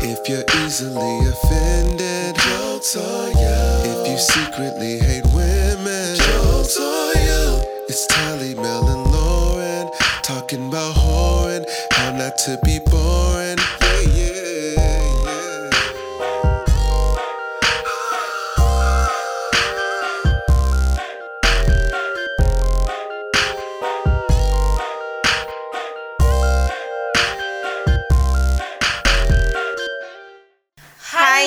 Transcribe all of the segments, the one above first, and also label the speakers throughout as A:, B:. A: If you're easily offended, jokes on you. If you secretly hate women, jokes on you. It's Tally, Mel, and Lauren talking about whoring, how not to be boring. Yeah, yeah, yeah.
B: Hi.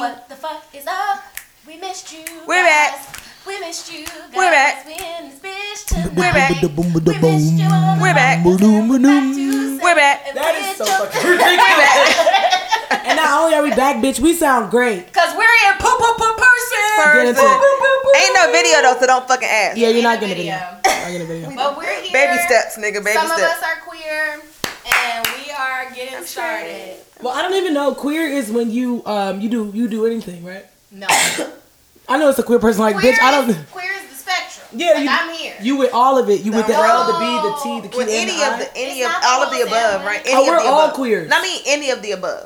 C: What the fuck is up? We missed you.
B: We're
C: guys.
B: back.
C: We missed you. Guys.
B: We're back.
C: We in this bitch tonight.
B: We're back.
C: We missed you all
B: We're back.
C: night. Back to
B: We're back.
D: That is so fucking
B: We're back.
D: And not only are we back, bitch, we sound great.
C: Cause we're in poo poo poo person.
D: Get into it.
B: Ain't no video though, so don't fucking ask.
D: Yeah, you're not getting a video. Not getting a video.
C: But we're here.
B: Baby steps, nigga. Baby
C: Some of
B: steps.
C: us are queer, and we are getting started.
D: Well, I don't even know. Queer is when you um you do you do anything, right?
C: No,
D: I know it's a queer person like
C: queer,
D: bitch. I don't.
C: Is, queer is the spectrum.
D: Yeah,
C: like,
D: you,
C: I'm here.
D: You with all of it. You with the
B: No.
D: L, the B, the T, the Q,
B: With
D: and
B: any
D: the I.
B: of the any
C: It's
B: of
C: not
B: all of the
C: all
B: above,
C: sandwich.
B: right? Any
D: Oh,
B: of
D: we're
B: the
D: all
B: above.
D: queers.
B: No, I mean any of the above. I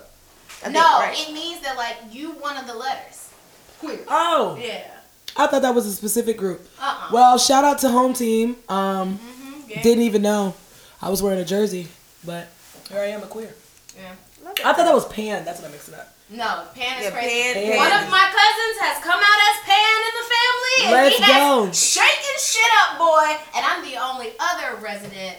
B: think,
C: no,
B: right.
C: it means that like you one of the letters. Queer.
D: oh,
C: yeah.
D: I thought that was a specific group.
C: Uh uh
D: Well, shout out to home team. Um,
C: Mm-hmm. yeah.
D: didn't even know I was wearing a jersey, but here I am, a queer.
C: Yeah.
D: I thought that was pan. That's what I mixed it up.
C: No, Pan is
B: Yeah,
C: crazy.
B: Pan-
D: Pan.
C: One of my cousins has come out as Pan in the family. And
D: Let's
C: he has
D: go.
C: Shaking shit up, boy. And I'm the only other resident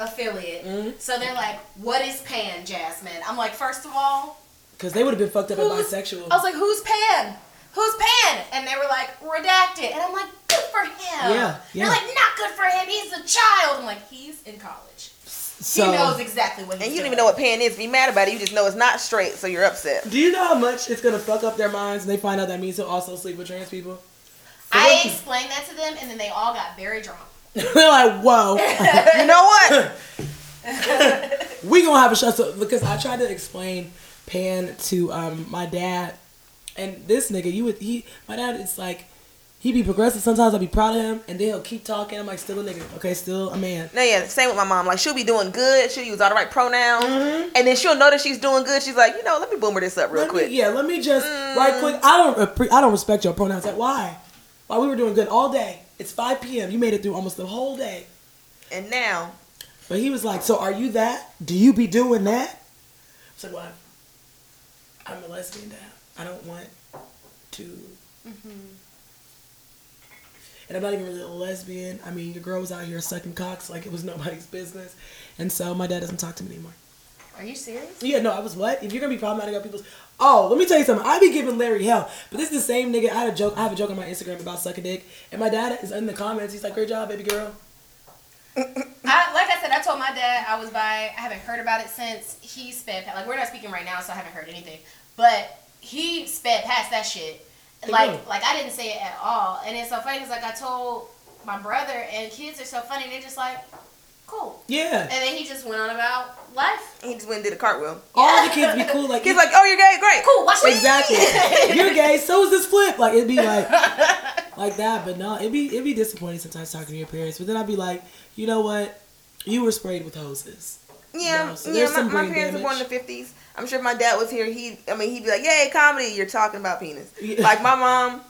C: affiliate.
D: Mm-hmm.
C: So they're like, what is Pan, Jasmine? I'm like, first of all,
D: Cause they would have been fucked up and
C: who's-"
D: bisexual.
C: I was Oh, like, who's Pan? Who's Pan? And they were like, redacted. And I'm like, good for him.
D: Yeah, yeah.
C: They're like, not good for him. He's a child. I'm like, he's in college.
D: so,
C: he knows exactly what he's
B: And you don't
C: doing.
B: even know what pan is. Be mad about it. You just know it's not straight, so you're upset.
D: Do you know how much it's gonna fuck up their minds when they find out that means he'll also sleep with trans people?
C: I explained that to them, and then they all got very drunk.
D: They're like, whoa,
B: You know what?
D: we gonna have a shut up because I tried to explain pan to um, my dad, and this nigga, you would he, my dad is like, he be progressive. Sometimes I'll be proud of him, and then he'll keep talking. I'm like, still a nigga, okay, still a man.
B: No, yeah, same with my mom. Like she'll be doing good, she'll use all the right pronouns,
C: Mm-hmm.
B: and then she'll notice she's doing good. She's like, you know, let me boomer this up real
D: Let me-
B: quick.
D: yeah, let me just right quick. I don't appre- I don't respect your pronouns. Like why? Why we were doing good all day? It's 5 p.m. You made it through almost the whole day.
B: And now,
D: But he was like, "So are you that? Do you be doing that?" I said, "Well, I'm a lesbian now. I don't want to." And I'm not even really a lesbian. I mean, your girl was out here sucking cocks like it was nobody's business. And so my dad doesn't talk to me anymore.
C: Are you serious?
D: Yeah, no, I was what? If you're gonna be problematic about people's Oh, let me tell you something. I be giving Larry hell. But this is the same nigga. I had a joke I have a joke on my Instagram about sucking dick. And my dad is in the comments. He's like, Great job, baby girl.
C: I, like I said, I told my dad I was bi. I haven't heard about it since he sped past. Like we're not speaking right now, so I haven't heard anything. But he sped past that shit. Like
D: Mhm.
C: like I didn't say it at all. And it's so funny because like I told my brother and kids are so funny. They're just like, cool.
D: Yeah.
C: And then he just went on about life.
B: he just went and did a cartwheel.
D: All the kids be cool. Like
B: He's like, oh, you're gay, great.
C: Cool. Watch me.
D: Exactly. You're gay, so is this flip. Like it'd be like like that, but no, it'd be it'd be disappointing sometimes talking to your parents. But then I'd be like, you know what? You were sprayed with hoses.
B: Yeah,
D: No, so
B: yeah.
D: there's
B: My,
D: some
B: my
D: brain
B: parents were born in the
D: damage.
B: fifties. I'm sure if my dad was here, he, I mean, he'd be like, "Yay, comedy! You're talking about penis."
D: Yeah.
B: Like my mom,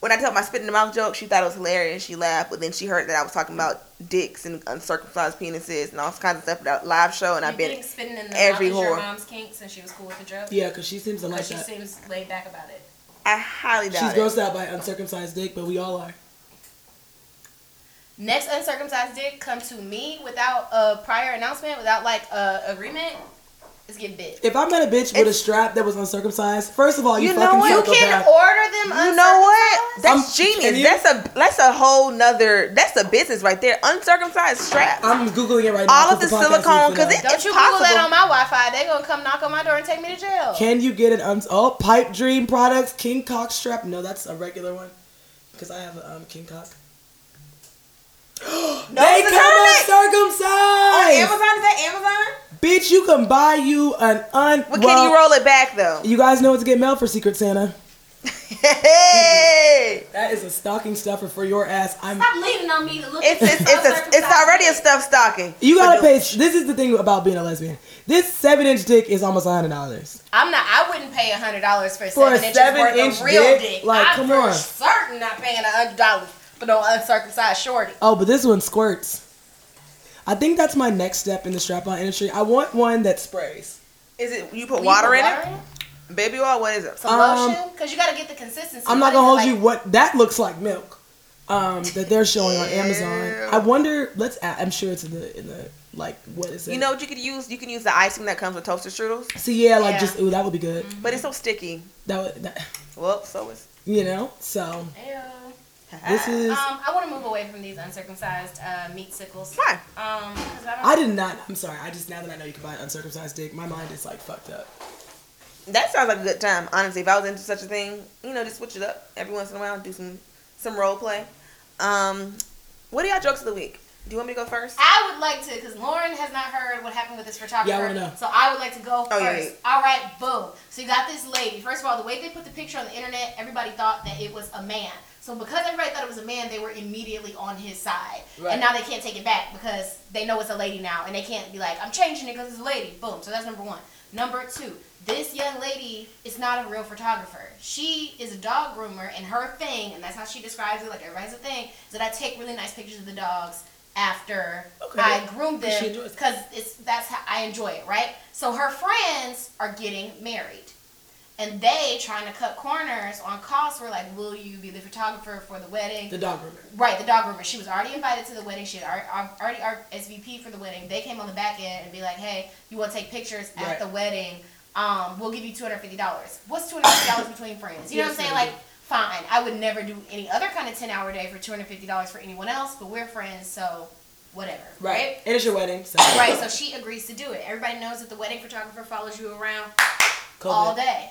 B: when I told my spit in the mouth joke, she thought it was hilarious. She laughed, but then she heard that I was talking about dicks and uncircumcised penises and all kinds of stuff at a live show, and
C: You
B: I've been.
C: think spitting in the
B: every
C: mouth is your
B: whore.
C: mom's kink since she was cool with the joke?
D: Yeah, because she seems to like
C: Because she
D: that.
C: seems laid back about it.
B: I highly
D: She's
B: doubt it.
D: grossed out by uncircumcised dick, but we all are.
C: Next uncircumcised dick come to me without a prior announcement, without like a agreement, is get bit.
D: If I met a bitch with a
B: It's-
D: strap that was uncircumcised, first of all, you,
B: You know
D: fucking
B: what?
C: You
B: Don't
C: can
D: psychopath.
C: order them.
B: You know what? That's
D: I'm-
B: genius.
D: and you-
B: that's a that's a whole nother. That's a business right there. Uncircumcised strap.
D: I'm googling it right now.
B: All of the
D: podcast needs to
B: silicone,
D: know.
B: 'cause it-
C: Don't
B: It's
C: you Google that
B: possible.
C: on my Wi-Fi? They gonna come knock on my door and take me to jail.
D: Can you get an un- oh pipe dream products king cock strap? No, that's a regular one because I have a um, king cock. they
B: it's a
D: come
B: comic! On
D: uncircumcised.
B: Oh, Amazon is that Amazon?
D: Bitch, you can buy you an un.
B: Well,
D: well,
B: can you roll it back though?
D: You guys know what to get mail for Secret Santa.
B: Hey!
D: That is a stocking stuffer for your ass. I'm.
C: Stop leaning on me to look
B: It's
C: at
B: it's it's, a, it's already a stuffed stocking.
D: You gotta
B: But
D: pay. This is the thing about being a lesbian. This seven inch dick is almost hundred dollars.
C: I'm not. I wouldn't pay a hundred dollars for,
D: For a
C: seven inches
D: seven
C: worth
D: inch
C: of real
D: dick?
C: dick.
D: Like,
C: I'm
D: come
C: for
D: on.
C: Certain, not paying a hundred dollars for no uncircumcised shorty.
D: Oh, but this one squirts. I think that's my next step in the strap on industry. I want one that sprays.
B: Is it you put
C: You
B: water
C: put
B: in it? Baby oil. What is it?
C: Some
D: Um,
C: lotion, because you got to get the consistency.
D: I'm
C: What
D: not gonna hold
C: is it,
D: you
C: like-
D: what that looks like milk. Um, that they're showing on Amazon. I wonder. Let's. a- I'm sure it's in the in the like what is it?
B: You know what you could use? You can use the icing that comes with toaster strudels,
D: See, yeah, like
C: Yeah. Mm-hmm.
D: just ooh, that would be good.
B: but it's so sticky.
D: That would. That,
B: Well, so is.
D: you know. So
C: Ew.
D: this is.
C: Um, I want to move away from these uncircumcised uh, meat sickles.
B: Why?
C: Um, 'cause I don't.
D: I did not. I'm sorry. I just now that I know you can buy an uncircumcised dick, my mind is like fucked up.
B: That sounds like a good time, honestly. If I was into such a thing, you know, just switch it up every once in a while, do some some role play. Um, what are y'all jokes of the week? Do you want me to go first?
C: I would like to, because Lauren has not heard what happened with this photographer.
D: Yeah, I wanna know.
C: So I would like to go
B: Oh,
C: first.
B: yeah, yeah.
C: All right, boom. So you got this lady. First of all, the way they put the picture on the internet, everybody thought that it was a man. So because everybody thought it was a man, they were immediately on his side.
D: Right.
C: And now they can't take it back because they know it's a lady now, and they can't be like, I'm changing it because it's a lady. Boom. So that's number one. Number two, this young lady is not a real photographer. She is a dog groomer, and her thing, and that's how she describes it, like everybody has a thing, is that I take really nice pictures of the dogs after
D: Okay.
C: I groom
D: But she
C: them
D: enjoys it.
C: because it's that's how I enjoy it, right? So her friends are getting married, and they trying to cut corners on costs. We're like, will you be the photographer for the wedding?
D: The dog groomer.
C: Right, the dog groomer. She was already invited to the wedding. She had alre- already RSVP for the wedding. They came on the back end and be like, "Hey, you want to take pictures at
D: Right.
C: the wedding? Um, we'll give you two hundred fifty dollars. What's two hundred fifty dollars between friends? You know what I'm
D: Yes,
C: saying?
D: ma'am.
C: Like, fine. I would never do any other kind of ten hour day for two hundred fifty dollars for anyone else, but we're friends, so whatever, right?
D: And it's your wedding. So
C: Right. So she agrees to do it. Everybody knows that the wedding photographer follows you around
D: COVID.
C: all day,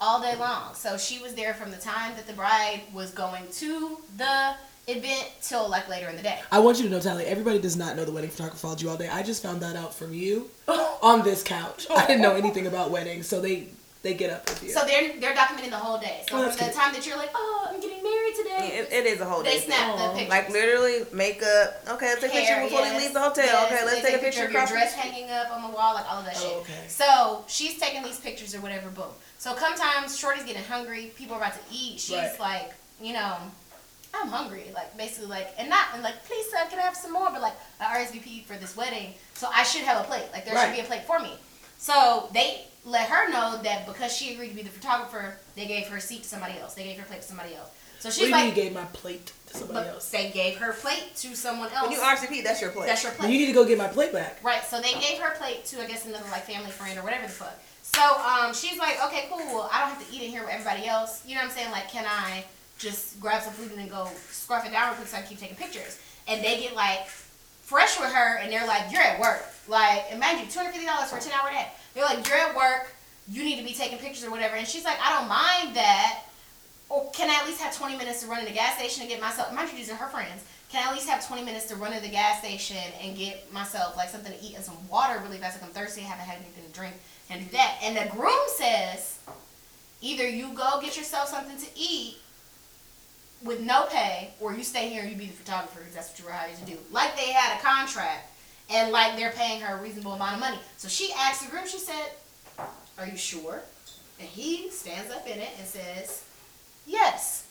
C: all day long. So she was there from the time that the bride was going to the event till like later in the day.
D: I want you to know, Tally, everybody does not know the wedding photographer followed you all day. I just found that out from you on this couch. I didn't know anything about weddings, so they they get up with you.
C: So they're they're documenting the whole day. So from
D: Well, that's
C: the
D: cute.
C: time that you're like, oh, I'm getting married today,
B: It, it is a whole
C: they
B: day.
C: snap
D: Aw.
C: the picture.
B: Like literally makeup. Okay, let's take a picture before we leave the hotel. okay, let's take a picture
C: of your
B: across the
C: dress hanging up on the wall, like all of that
D: Oh,
C: shit.
D: okay.
C: So she's taking these pictures or whatever. Boom. So sometimes Shorty's getting hungry. People are about to eat. She's
D: Right.
C: like, you know, I'm hungry. Like basically, like and not and like, please sir, can I have some more? But like, I RSVP for this wedding, so I should have a plate. Like there
D: Right.
C: should be a plate for me. So they let her know that because she agreed to be the photographer, they gave her seat to somebody else. They gave her plate to somebody else. So
D: what do
C: she's
D: you mean you
C: like,
D: gave my plate to somebody
C: but
D: else?
C: they gave her plate to someone else.
B: When you RCP, that's your place.
C: That's your
D: Well,
C: plate.
D: you need to go get my plate back.
C: Right, so they gave her plate to, I guess, another like family friend or whatever the fuck. So um, she's like, okay, cool. Well, I don't have to eat in here with everybody else. You know what I'm saying? Like, can I just grab some food and then go scarf it down real quick so I can keep taking pictures? And they get like fresh with her and they're like, you're at work. Like, imagine $250 for a 10 hour day. They're like, you're at work. You need to be taking pictures or whatever. And she's like, I don't mind that. Or can I at least have 20 minutes to run to the gas station and get myself, mind you, these are her friends. Can I at least have 20 minutes to run to the gas station and get myself like something to eat and some water really fast? Like I'm thirsty, I haven't had anything to drink, and do that. And the groom says, either you go get yourself something to eat with no pay, or you stay here and you be the photographer because that's what you were hired to do. Like they had a contract, and like they're paying her a reasonable amount of money. So she asked the groom, she said, Are you sure? And he stands up in it and says, Yes.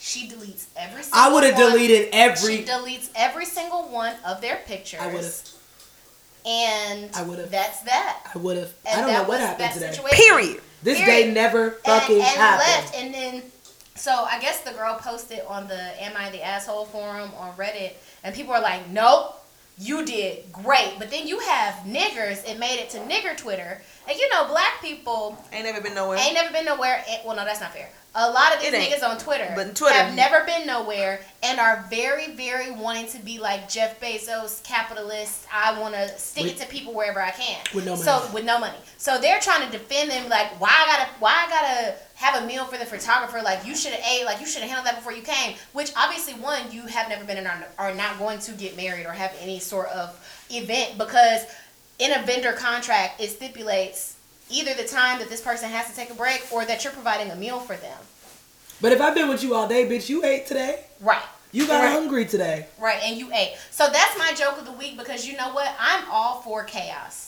C: She deletes every single
D: I would have
C: one.
D: deleted
C: She
D: every.
C: deletes every single one of their pictures.
D: I would have.
C: And
D: I would've.
C: That's that.
D: I would have.
C: And
D: I don't
C: that
D: know
C: was
D: what happened
C: that
D: today.
C: Situation.
B: Period.
D: This
C: Period.
D: day never
C: And,
D: fucking
C: and
D: happened.
C: left, and then so I guess the girl posted on the "Am I the Asshole" forum on Reddit, and people are like, "Nope." You did great, but then you have niggers and made it to nigger Twitter, and you know black people
B: Ain't never been nowhere.
C: Ain't never been nowhere. And, well, no, that's not fair. A lot of these
B: It ain't.
C: niggas on Twitter,
B: But Twitter-
C: have never been nowhere and are very, very wanting to be like Jeff Bezos, capitalist. I want to stick
D: With-
C: it to people wherever I can.
D: With no
C: So
D: money.
C: with no money. So they're trying to defend them like why I gotta why I gotta have a meal for the photographer like you should have ate like you should have handled that before you came. Which obviously one you have never been in or are not going to get married or have any sort of event because in a vendor contract it stipulates either the time that this person has to take a break or that you're providing a meal for them.
D: But if I've been with you all day, bitch, you ate today.
C: Right.
D: You got
B: Right.
D: hungry today.
C: Right, and you ate. So that's my joke of the week because you know what? I'm all for chaos.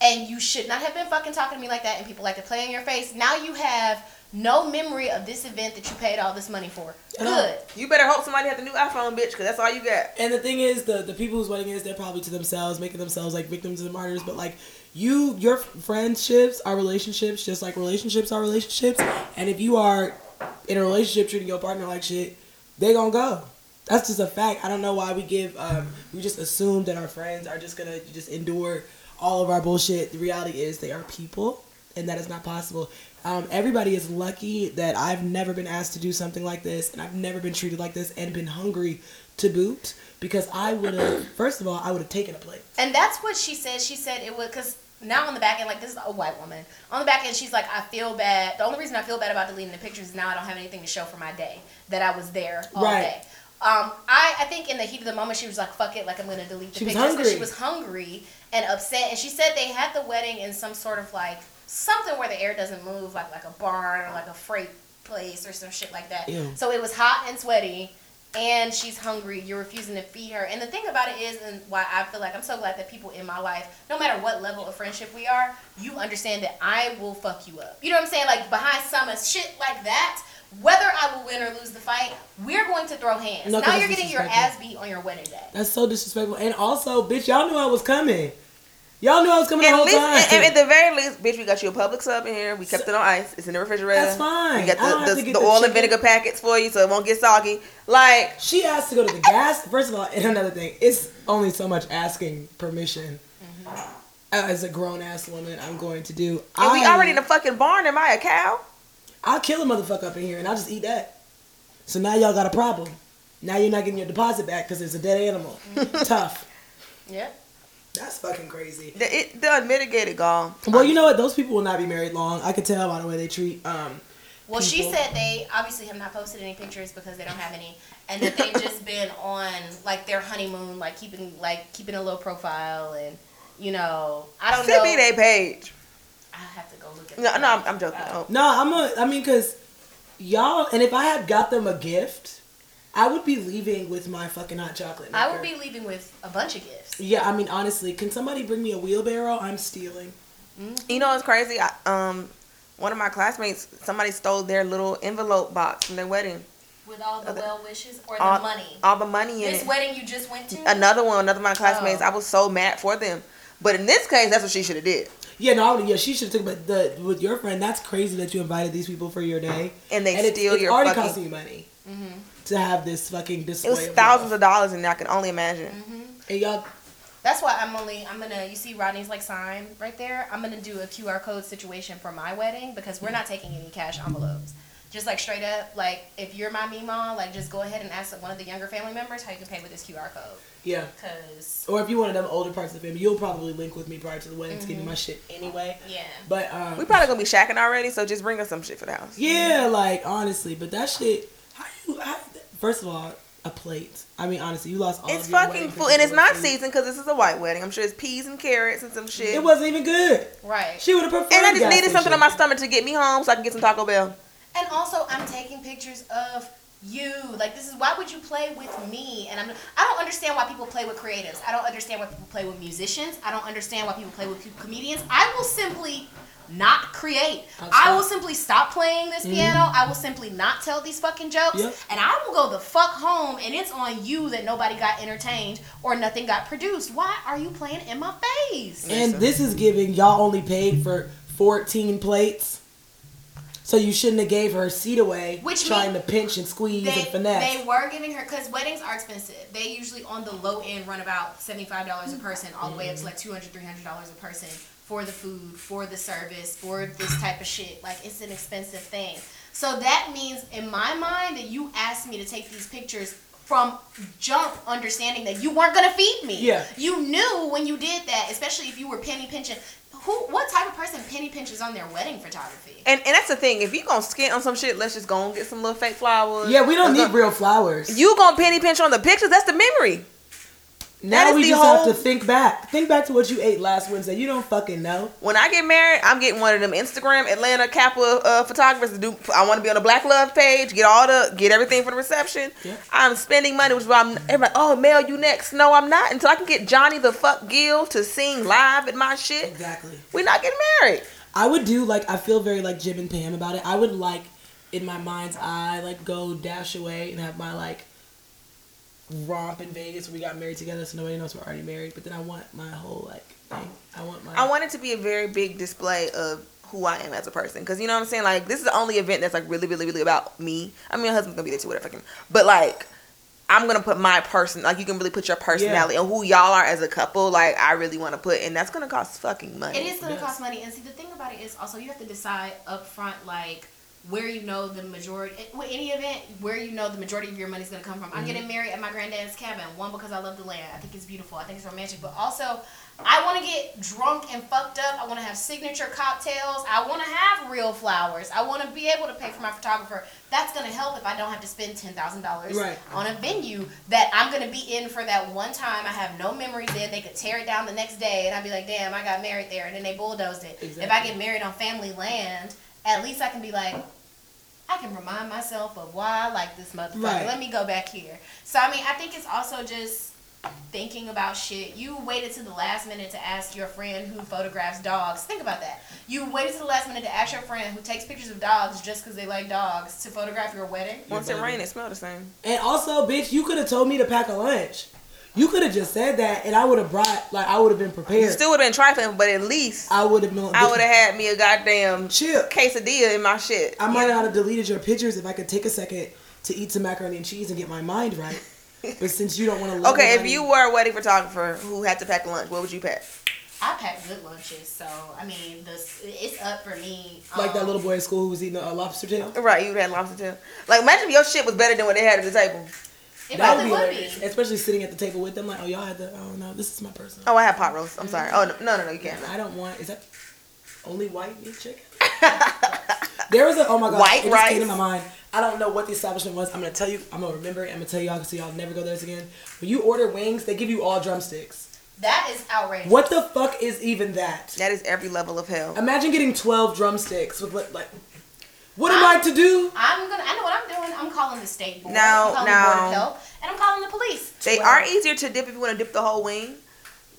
C: And you should not have been fucking talking to me like that and people like to play in your face. Now you have no memory of this event that you paid all this money for.
D: Yeah.
C: Good.
B: You better hope somebody has a new iPhone, bitch, because that's all you got.
D: And the thing is, the the people whose wedding is, they're probably to themselves, making themselves like victims and martyrs. But like you, your friendships are relationships, just like relationships are relationships. And if you are in a relationship treating your partner like shit, they gonna go. That's just a fact. I don't know why we give, um, we just assume that our friends are just gonna just endure all of our bullshit. The reality is, they are people, and that is not possible. Um, everybody is lucky that I've never been asked to do something like this, and I've never been treated like this, and been hungry to boot. Because I would have, first of all, I would have taken a plate.
C: And that's what she said. She said it would because now on the back end, like this is a white woman. On the back end, she's like, I feel bad. The only reason I feel bad about deleting the pictures is now I don't have anything to show for my day that I was there all
D: Right.
C: day. Um, I, I think in the heat of the moment, she was like, fuck it, like I'm going to delete the
D: She was
C: pictures. 'cause
D: hungry.
C: She was hungry and upset. And she said they had the wedding in some sort of like something where the air doesn't move, like like a barn or like a freight place or some shit like that.
D: Ew.
C: So it was hot and sweaty and she's hungry. You're refusing to feed her. And the thing about it is, and why I feel like I'm so glad that people in my life, no matter what level of friendship we are, you understand that I will fuck you up. You know what I'm saying? Like behind some of shit like that, whether I will win or lose the fight, we're going to throw hands.
D: No, 'cause
C: now you're
D: that's
C: getting your ass
D: disrespectful.
C: beat on your wedding day.
D: That's so disrespectful. And also, bitch, y'all knew I was coming. Y'all knew I was coming the
B: At
D: whole
B: least,
D: time.
B: and, and at the very least, bitch, we got you a Publix sub in here. We kept it on ice. It's in the refrigerator.
D: That's fine.
B: We
D: I don't
B: got
D: have
B: the,
D: to
B: the,
D: get
B: the
D: the
B: oil and
D: chicken.
B: vinegar packets for you, so it won't get soggy. Like,
D: She asked to go to the gas. First of all, and another thing, it's only so much asking permission. As a grown ass woman, I'm going to do.
B: Mm-hmm. and we
D: I-
B: already in a fucking barn. Am I a cow?
D: I'll kill a motherfucker up in here and I'll just eat that. So now y'all got a problem. Now you're not getting your deposit back because it's a dead animal.
C: Mm.
D: Tough.
C: Yeah.
D: That's fucking crazy. Um,
B: The, it, the unmitigated gall.
D: Well, you know what? Those people will not be married long. I could tell by the way they treat. Um,
C: Well, she
D: people.
C: said they obviously have not posted any pictures because they don't have any, and that they've just been on like their honeymoon, like keeping like keeping a low profile, and you know, I don't
B: Send
C: know.
B: me their page.
C: I have to go look at.
B: No,
C: the-
B: no, I'm, I'm joking. Oh.
C: Oh.
D: no, I'm a. I mean, cause y'all. And if I had got them a gift, I would be leaving with my fucking hot chocolate.
C: I would
D: maker.
C: be leaving with a bunch of gifts.
D: Yeah, I mean, honestly, can somebody bring me a wheelbarrow? I'm stealing.
B: You know what's crazy? I, um, one of my classmates, somebody stole their little envelope box from their wedding.
C: With all the
B: Okay.
C: well wishes or the
B: All-
C: money.
B: All the money in
C: This
B: it.
C: wedding you just went to.
B: Another one, another of my classmates.
C: Oh.
B: I was so mad for them. But in this case, that's what she should have did,
D: Yeah, no, I would, yeah, she should have took. But the with your friend, that's crazy that you invited these people for your day.
B: and they
D: and it's,
B: steal
D: it's
B: your
D: already
B: fucking. Mm-hmm.
D: costing you money to have this fucking display.
B: It was
D: of
B: thousands
D: love.
B: of dollars, and I can only imagine.
D: Mm-hmm. And y'all,
C: That's why I'm only I'm gonna you see Rodney's like sign right there. I'm gonna do a QR code situation for my wedding because we're not taking any cash envelopes. Just like straight up, like if you're my me mom, like just go ahead and ask one of the younger family members how you can pay with this QR code.
D: yeah.
C: Cause
D: Or if you one of them older parts of the family, you'll probably link with me prior to the wedding to give me my shit anyway.
C: yeah,
D: But um,
B: Mm-hmm. We probably gonna be shacking already, so just bring us some shit for the house.
D: yeah, like honestly, but that shit. How you? How, first of all, a plate. I mean, honestly, you lost all.
B: It's
D: of Oh, your
B: fucking
D: wedding
B: food, and it's
D: pictures
B: not
D: with food.
B: seasoned because this is a white wedding. I'm sure it's peas and carrots and some shit.
D: It wasn't even good.
C: right.
D: She would have preferred.
B: and I just
D: gas
B: needed something
D: station.
B: on my stomach to get me home so I can get some Taco Bell.
C: And also, I'm taking pictures of you. Like this is why would you play with me? And I'm I don't understand why people play with creatives. I don't understand why people play with musicians. I don't understand why people play with co- comedians. I will simply not create.
D: That's
C: I
D: right.
C: will simply stop playing this piano. I will simply not tell these fucking jokes.
D: Yep.
C: And I will go the fuck home and it's on you that nobody got entertained or nothing got produced. Why are you playing in my face?
D: And this is giving y'all only paid for 14 plates. So you shouldn't have gave her a seat away
C: Which
D: trying
C: mean-
D: to pinch and squeeze
C: they,
D: and finesse.
C: they were giving her because weddings are expensive. They usually on the low end run about seventy five dollars a
D: Mm-hmm.
C: person, all the way up to like 200 dollars a person for the food, for the service, for this type of shit. Like it's an expensive thing. So that means in my mind that you asked me to take these pictures from jump understanding that you weren't gonna feed me.
D: Yeah.
C: You knew when you did that, especially if you were penny pinching. Who what type of person penny pinches on their wedding photography?
B: And and that's the thing. If you gonna skint on some shit, let's just go and get some little fake flowers.
D: yeah, we don't
B: Let's
D: need
B: go-
D: real flowers.
B: You gonna penny pinch on the pictures? That's the memory.
D: Now
B: is
D: we
B: the
D: just have
B: whole-
D: to think back. Think back to what you ate last Wednesday. You don't fucking know.
B: When I get married, I'm getting one of them Instagram Atlanta Kappa uh, photographers to do. I want to be on the Black Love page, get all the, get everything for the reception.
D: Yeah.
B: I'm spending money, which is why I'm everybody. Oh, Mel, you next? No, I'm not. Until I can get Johnny the Fuck Gill to sing live at my shit.
D: Exactly.
B: We're not getting married.
D: I would do like I feel very like Jim and Pam about it. I would like in my mind's eye like go dash away and have my like romp in Vegas where we got married together so nobody knows we're already married. But then I want my whole like thing. I want my
B: I want it to be a very big display of who I am as a person. Cause you know what I'm saying? Like this is the only event that's like really, really, really about me. I mean my husband's gonna be there too, whatever fucking but like I'm gonna put my person like you can really put your personality and who y'all are as a couple, like I really wanna put and that's gonna cost fucking money.
C: It is going
D: Yes.
C: to cost money, and see the thing about it is also you have to decide up front like where you know the majority eh, with any event where you know the majority of your money's going to come from. I'm getting married at my granddad's cabin. One because I love the land. I think it's beautiful. I think it's romantic, but also I want to get drunk and fucked up. I want to have signature cocktails. I want to have real flowers. I want to be able to pay for my photographer. That's going to help if I don't have to spend ten thousand
D: Right.
C: dollars on a venue that I'm gonna be in for that one time. I have no memories in. They could tear it down the next day, and I'd be like, "Damn, I got married there," and then they bulldozed it. If I
D: Exactly.
C: get married on family land, at least I can be like, I can remind myself of why I like this motherfucker.
D: Right.
C: Let me go back here. So I mean, I think it's also just thinking about shit. You waited to the last minute to ask your friend who photographs dogs. Think about that. You waited to the last minute to ask your friend who takes pictures of dogs just because they like dogs to photograph your wedding.
B: Once it
D: buddy.
B: rains, it smells the same.
D: And also, bitch, you could have told me to pack a lunch. You could have just said that, and I would have brought like I would have been
B: You
D: prepared.
B: still would have been trifling, but at least
D: I would have known.
B: I would have had me a goddamn
D: Chip.
B: quesadilla in my shit.
D: I might not have deleted your pictures if I could take a second to eat some macaroni and cheese and get my mind right. But since you don't want to,
B: Okay, if you were a wedding photographer who had to pack lunch, what would you pack?
C: I pack good lunches, so I mean, this it's up for me.
D: like that
C: Um,
D: little boy at school who was eating a lobster tail.
B: Right, you'd had lobster too. Like imagine if your shit was better than what they had at the table.
C: It
D: That
C: probably would be.
D: especially sitting at the table with them. Like, oh y'all had the, oh no, this is my person.
B: Oh, I have pot roast. I'm sorry. Oh no, no, no, no you can't.
D: I don't want. Is that only white meat chicken? there was a oh my god,
B: White
D: it just
B: rice?
D: came to my mind. I don't know what the establishment was. I'm gonna tell you. I'm gonna remember it. I'm gonna tell y'all so y'all never go there again. When you order wings, they give you all drumsticks.
C: That is outrageous.
D: What the fuck is even that?
B: That is every level of hell.
D: Imagine getting 12 drumsticks with what, like, what am I to do?
C: I'm gonna. I know what I'm doing. I'm calling the state board.
B: No,
C: I'm calling
B: no.
C: the board of health, and I'm calling the police.
B: They are easier to dip if you want to dip the whole wing.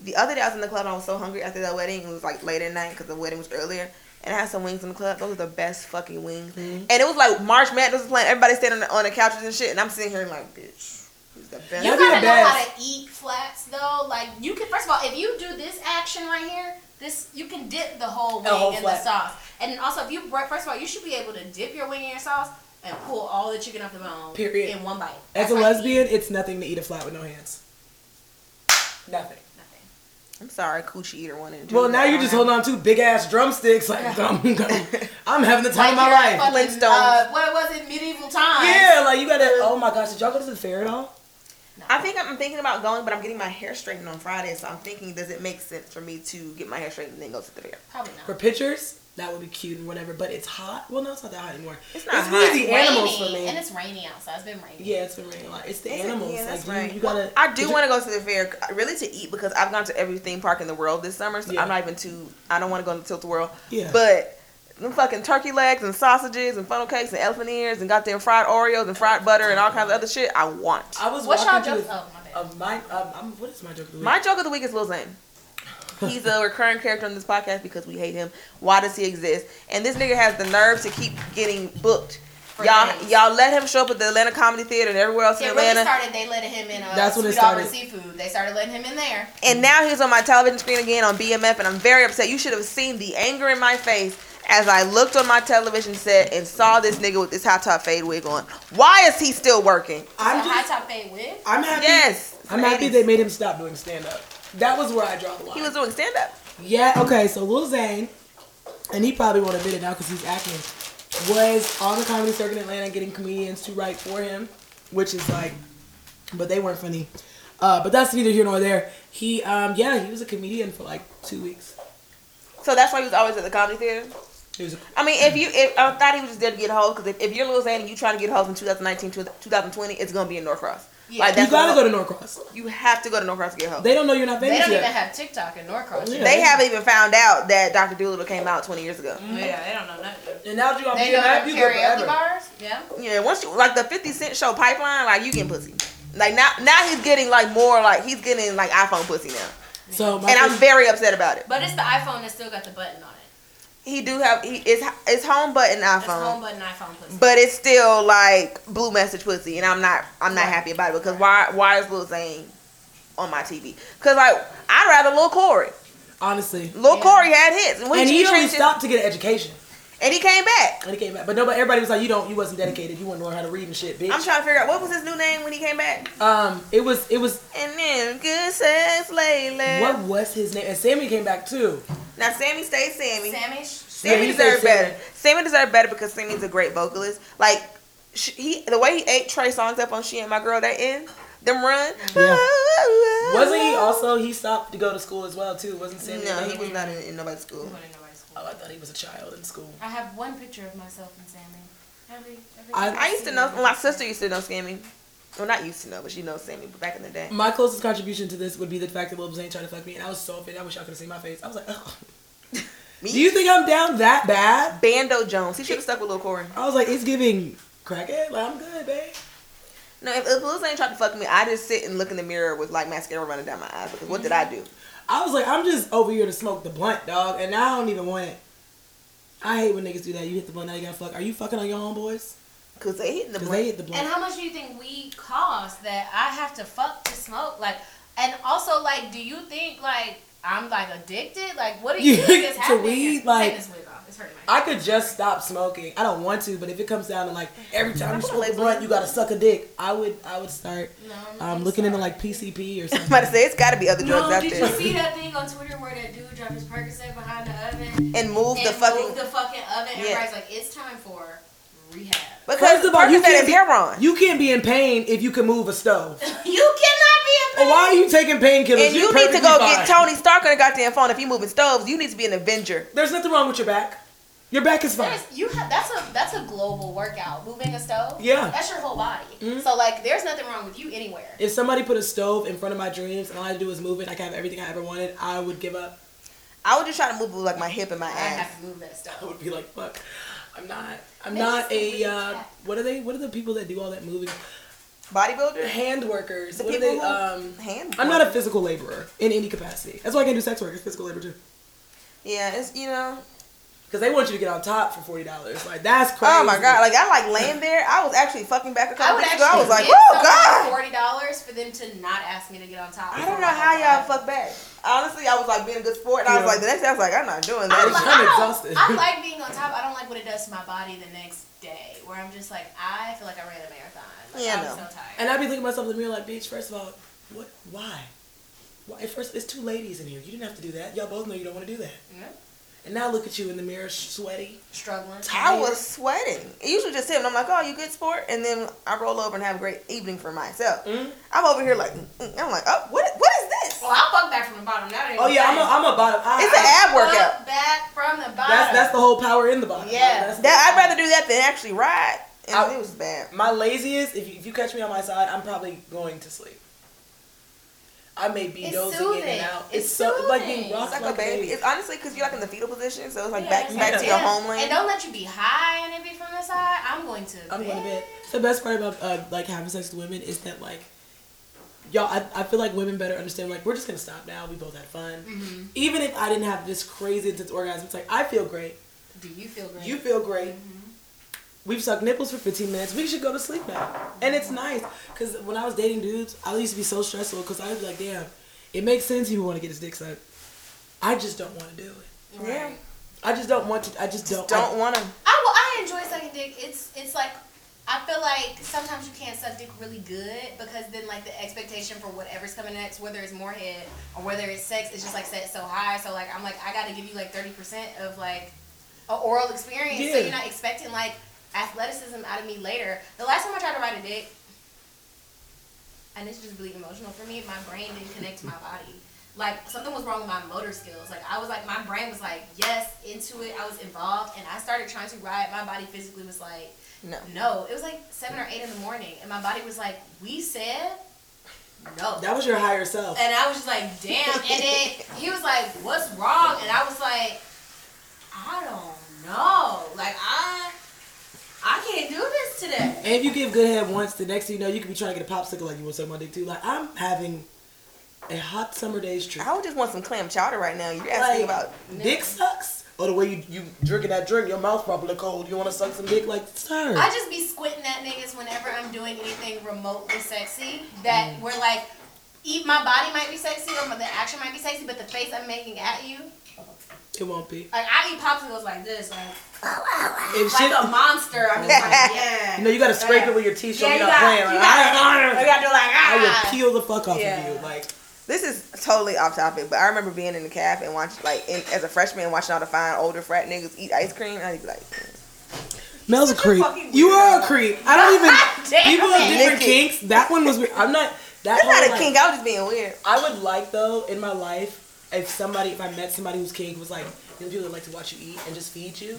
B: The other day I was in the club. and I was so hungry after that wedding. It was like late at night because the wedding was earlier. And I had some wings in the club. Those are the best fucking wings.
D: Mm-hmm.
B: And it was like March Madness was playing. Everybody standing on the, on the couches and shit. And I'm sitting here like, bitch, who's the best?
C: You
D: That'd be the
C: gotta know how to
D: best.
C: eat flats though. Like you can. First of all, if you do this action right here, this you can dip the whole
D: The
C: wing
D: whole
C: in the
D: flat.
C: sauce. And then also, if you bre- first of all, you should be able to dip your wing in your sauce and pull all the chicken off the bone.
D: Period.
C: In one bite.
D: As
C: That's
D: a
C: how you eat
D: lesbian, it's nothing to eat a flat with no hands. Nothing.
C: nothing.
B: I'm sorry, coochie eater one and two.
D: Well, now
B: I
D: you're
B: don't
D: just
B: know.
D: holding on to big ass drumsticks. Like, gum, gum. I'm having the time of my
C: you're a
D: life.
C: fucking,
B: Flintstones.
C: Uh, what was it? Medieval times.
D: Yeah, like, you gotta, oh my gosh, did y'all go to the fair at all?
B: I think I'm thinking about going, but I'm getting my hair straightened on Friday, so I'm thinking, does it make sense for me to get my hair straightened and then go to the fair?
C: Probably
D: For
C: not.
D: pictures? That would be cute and whatever, but it's hot. Well, no, it's not that hot anymore.
B: It's not hot.
D: really the animals
C: rainy,
D: for me.
C: And it's rainy outside. It's been raining.
D: yeah, it's been raining a lot. It's the animals.
B: Yeah,
D: like,
B: that's
D: you,
B: right.
D: you gotta.
B: Well, I do
D: you-
B: want to go to the fair, uh, really to eat because I've gone to every theme park in the world this summer, so
D: Yeah.
B: I'm not even too. I don't want to go to Tilt the World.
D: Yeah.
B: But them fucking turkey legs and sausages and funnel cakes and elephant ears and goddamn fried Oreos and fried butter and all kinds of other shit. I want.
D: I was
C: What's y'all
D: walking
C: joke?
D: to the-
C: Oh, my bad.
D: Of my, um, I'm, what is my joke? of the week?
B: My joke of the week is Lil Zane. He's a recurring character on this podcast because we hate him. Why does he exist? And this nigga has the nerve to keep getting booked.
C: For
B: y'all,
C: days.
B: y'all let him show up at the Atlanta Comedy Theater and everywhere else
C: It
B: in
C: really
B: Atlanta.
C: started. They let him in. Uh,
D: That's when it
C: Sweet Auburn
D: started.
C: Seafood. They started letting him in there.
B: And now he's on my television screen again on BMF, and I'm very upset. You should have seen the anger in my face as I looked on my television set and saw this nigga with this high top fade wig on. Why is he still working?
D: I'm
C: the
D: just,
C: high top fade wig.
D: I'm happy.
B: Yes. it's
D: I'm
B: the
D: happy
B: 80s.
D: they made him stop doing stand up. That was where I draw the line.
B: He was doing stand up.
D: yeah, okay, so Lil Zane, and he probably won't admit it now because he's acting, was on the comedy circuit in Atlanta getting comedians to write for him, which is like, but they weren't funny. Uh, but that's neither here nor there. He, um, yeah, he was a comedian for like two weeks.
B: So that's why he was always at the comedy theater.
D: He was a,
B: I mean, if you, if I thought he was just there to get hoes, because if, if you're Lil Zane and you trying to get hoes in 2019, 2020, it's gonna be in Norcross.
E: Yeah.
B: Like
D: You
B: that's
D: gotta
B: what-
D: go to Norcross.
B: you have to go to Norcross to get help.
D: They don't know you're not
C: They
D: famous
C: don't even
D: yet.
C: have TikTok in Norcross.
D: Yeah.
B: They haven't even found out that Dr. Doolittle came out 20 years ago.
C: Yeah, they don't know nothing.
D: and now you gonna
C: They
D: be
C: know
D: in Oh, that
C: the
D: you
C: karaoke
D: forever.
C: bars. Yeah.
B: Yeah, once you like the 50 Cent show pipeline, like you getting pussy. Like now, now he's getting like more like he's getting like iPhone pussy now,
D: So my
B: and I'm very upset about it.
C: But it's the iPhone that still got the button on it.
B: He do have he, it's it's home button
C: It's home
B: iPhone,
C: button iPhone pussy.
B: but it's still like blue message pussy, and I'm not I'm not happy about it because why why is Lil Zane on my TV? Cause like I'd rather Lil Corey.
D: honestly,
B: Lil
C: Yeah.
B: Corey had hits, and, when
D: and
B: he,
D: he only
B: treated-
D: stopped to get an education.
B: and he came back.
D: And he came back, but nobody, everybody was like, "You don't, you wasn't dedicated. You wouldn't learn how to read and shit, bitch."
B: I'm trying to figure out what was his new name when he came back.
D: um, it was, it was.
B: And then good sex lately.
D: What was his name? And Sammy came back too.
B: Now Sammy stayed Sammy.
C: Sammy.
B: Sammy
D: Yeah, he
B: deserved
D: said Sammy.
B: better. Sammy deserved better because Sammy's a great vocalist. Like sh he, the way he ate Trey songs up on "She and My Girl" that end, them run.
D: Yeah. Wasn't he also? He stopped to go to school as well too. Wasn't Sammy?
B: No, he was not in, in nobody's school.
C: Wouldn't know where it's
D: Oh,
C: going.
D: I thought he was a child in school.
E: I have one picture of myself and Sammy. Every, every
D: I-
B: I used to know. My sister used to know Sammy. Well, not used to know, but she knows Sammy back in the day.
D: My closest contribution to this would be the fact that Lil Zane tried to fuck me, and I was so offended. I wish y'all could have seen my face. I was like, oh.
B: Me?
D: "Do you think I'm down that bad?"
B: Bando Jones. He should have stuck with Lil Corey.
D: I was like, "It's giving crackhead. Like I'm good, babe."
B: No, if, if Lil Zane tried to fuck me, I just sit and look in the mirror with like mascara running down my eyes because what did I do?
D: I was like, "I'm just over here to smoke the blunt, dog," and now I don't even want it. I hate when niggas do that. You hit the blunt, now you gotta fuck. Are you fucking on your own boys?
B: Cause they hitting the
D: Because
B: blunt.
D: they hit the blunt.
C: And how much do you think we cost that I have to fuck to smoke? Like, and also, like, do you think like I'm like addicted? Like, what do you
D: Yeah,
C: think is
D: to
C: happening?
D: weed,
C: Take
D: like-
C: this wig off. It's hurting my.
D: I could just stop smoking. I don't want to, but if it comes down to like every time you
B: put a
D: smoke a
B: label
D: blunt,
B: on
D: you gotta suck a dick. I would, I would start
C: No, I'm-
D: um,
C: I'm
D: looking into
C: sorry.
D: like PCP or
B: I'm about to
D: something.
B: say Mm-hmm. it's got to be other drugs
C: No,
B: out
C: did you
B: there.
C: see that thing on Twitter where that dude dropped his Percocet behind the oven
B: And move
C: and
B: the fucking
C: moved the fucking oven?
B: Yeah.
C: Everybody's like, it's time for rehab.
B: because the
D: you
B: Percocet
D: can't
B: is
D: be-
B: heroin.
D: You can't be in pain if you can move a stove.
C: You cannot be a.
D: Well, Oh, why are you taking painkillers?
B: And
D: You're
B: you need to
D: perfectly
B: go get
D: fine.
B: Tony Stark on the goddamn phone. If you moving stoves, you need to be an Avenger.
D: There's nothing wrong with your back. Your back is fine.
C: There's, you have that's a that's a global workout. Moving a stove.
D: Yeah. Mm-hmm.
C: That's your whole body. So like, there's nothing wrong with you anywhere.
D: If somebody put a stove in front of my dreams and all I had to do was move it, I could have everything I ever wanted, I would give up.
B: I would just try to move with like my hip and my
C: I
B: ass.
C: have to move that
D: I
C: stove.
D: would be like, fuck, I'm not, I'm
C: Maybe
D: not
C: somebody
D: a, uh,
C: cat.
D: what are they, what are the people that do all that moving?
B: Bodybuilder,
D: Hand workers.
B: The
D: what are
B: people
D: they,
B: who-
D: um,
B: hand.
D: I'm not a physical laborer in any capacity. That's why I can't do sex work, it's physical labor too.
B: yeah, it's you know.
D: Because they want you to get on top for $40. Like, that's crazy.
B: Oh my god! Like I like laying there. I was actually fucking back a
C: I
B: couple
C: would
B: weeks ago.
C: actually
B: I was like,
C: give
B: oh
C: someone
B: god!
C: forty dollars for them to not ask me to get on top.
B: I don't know how y'all fuck back. Honestly, I was like being a good sport, and I was
D: Yeah.
B: like the next day I was like, I'm not doing
C: I like,
D: I'm
B: that.
C: I, don't-
D: exhausted.
C: I like being on top. I don't like what it does to my body the next day, where I'm just like, I feel like I ran a marathon. Like,
B: Yeah,
C: I'm
B: no.
C: so tired.
D: And I'd be looking at myself in the mirror like, bitch, first of all, what, why? Why? First, it's two ladies in here. You didn't have to do that. Y'all both know you don't want to do that.
C: Yeah.
D: And now look at you in the mirror, sweaty.
C: Struggling.
B: I was sweating. It usually just him. And I'm like, oh, you good sport? And then I roll over and have a great evening for myself.
D: Mm.
B: I'm over here like, mm, mm. I'm like, oh, what, what is this?
C: Well, I fuck back from the bottom. Now
D: Oh yeah, I'm a, I'm a bottom. I,
B: It's an
D: I-
B: ab workout.
C: Fuck back from the bottom.
D: That's that's the whole power in the bottom.
C: Yeah.
D: That's the-
B: That I'd rather do that than actually ride. And
D: I-
B: it was bad.
D: my laziest. If you, if you catch me on my side, I'm probably going to sleep. I may be
C: It's
D: dozing in
C: soothing.
D: and out.
C: It's
D: so like being
C: soothing.
D: rocked
B: It's like, a baby. It's honestly because you're like in the fetal position, so it's like
C: Yeah,
B: back
C: it's
B: back
C: like-
B: to your
C: yeah. And
B: homeland.
C: don't let you be high and it be from the side. I'm going to.
D: I'm going to bed. The best part about uh, like having sex with women is that like. Y'all, I, I feel like women better understand. Like, we're just gonna stop now. We both had
C: Mm.
D: fun.
C: Mm-hmm.
D: Even if I didn't have this crazy intense orgasm, it's like I feel great.
C: Do you feel great?
D: You feel great. Mm-hmm. We've sucked nipples for 15 minutes. We should go to sleep now. And it's nice because when I was dating dudes, I used to be so stressful because I was like, damn, it makes sense he would want to get his dick sucked. I just don't want to do it.
C: Right.
B: Yeah.
D: I just don't want to. I just, don't.
B: Don't want to.
C: I well, I enjoy sucking dick. It's it's like I feel like sometimes you can't suck dick really good because then like the expectation for whatever's coming next, whether it's more head or whether it's sex, is just like set so high. So like I'm like I got to give you like thirty percent of like a oral experience, so
D: Yeah.
C: you're not expecting like athleticism out of me later. The last time I tried to ride a dick, and it's just really emotional for me. My brain didn't connect to my body. like something was wrong with my motor skills. Like I was like my brain was like yes into it. I was involved and I started trying to ride. My body physically was like
B: No.
C: no. It was like seven or eight in the morning and my body was like we said no.
D: That was your higher self.
C: And I was just like, damn. And then he was like, what's wrong? And I was like, I don't know. Like I, I can't do this today.
D: And if you give good head once, the next thing you know, you could be trying to get a popsicle like you want somebody to. Like I'm having a hot summer day's treat.
B: I would just want some clam chowder right now. You're asking
D: Like,
B: about
D: dick sucks. Or the way you you drinking that drink, your mouth probably cold. You want to suck some dick, like sir.
C: I just be squinting at niggas whenever I'm doing anything remotely sexy that
D: Mm.
C: we're like, eat my body might be sexy or the action might be sexy, but the face I'm making at you,
D: it won't be.
C: like I eat popsicles like this, like,
D: If
C: like
D: shit,
C: a monster. I'm just like, yeah.
D: you know, you gotta scrape it with your teeth. so
C: Yeah,
D: you're
C: you
D: not
C: got-
D: playing. Like,
C: you
D: I,
C: I gotta do like
D: I
C: ah.
D: will peel the fuck off
C: Yeah.
D: of you. Like
B: This is totally off topic, but I remember being in the cab and watch like in, as a freshman watching all the fine older frat niggas eat ice cream. And I'd be like,
D: Mel's a
C: Such a
D: creep.
C: fucking
D: You are
C: weirdo.
D: a creep. I don't even.
C: Damn
D: people have
C: it.
D: different
B: Lick it.
D: kinks. That one was. weird. I'm not. That
B: that's
D: whole,
B: not a
D: like,
B: kink. I was just being weird.
D: I would like though in my life if somebody if I met somebody whose kink was like you know, people that like to watch you eat and just feed you.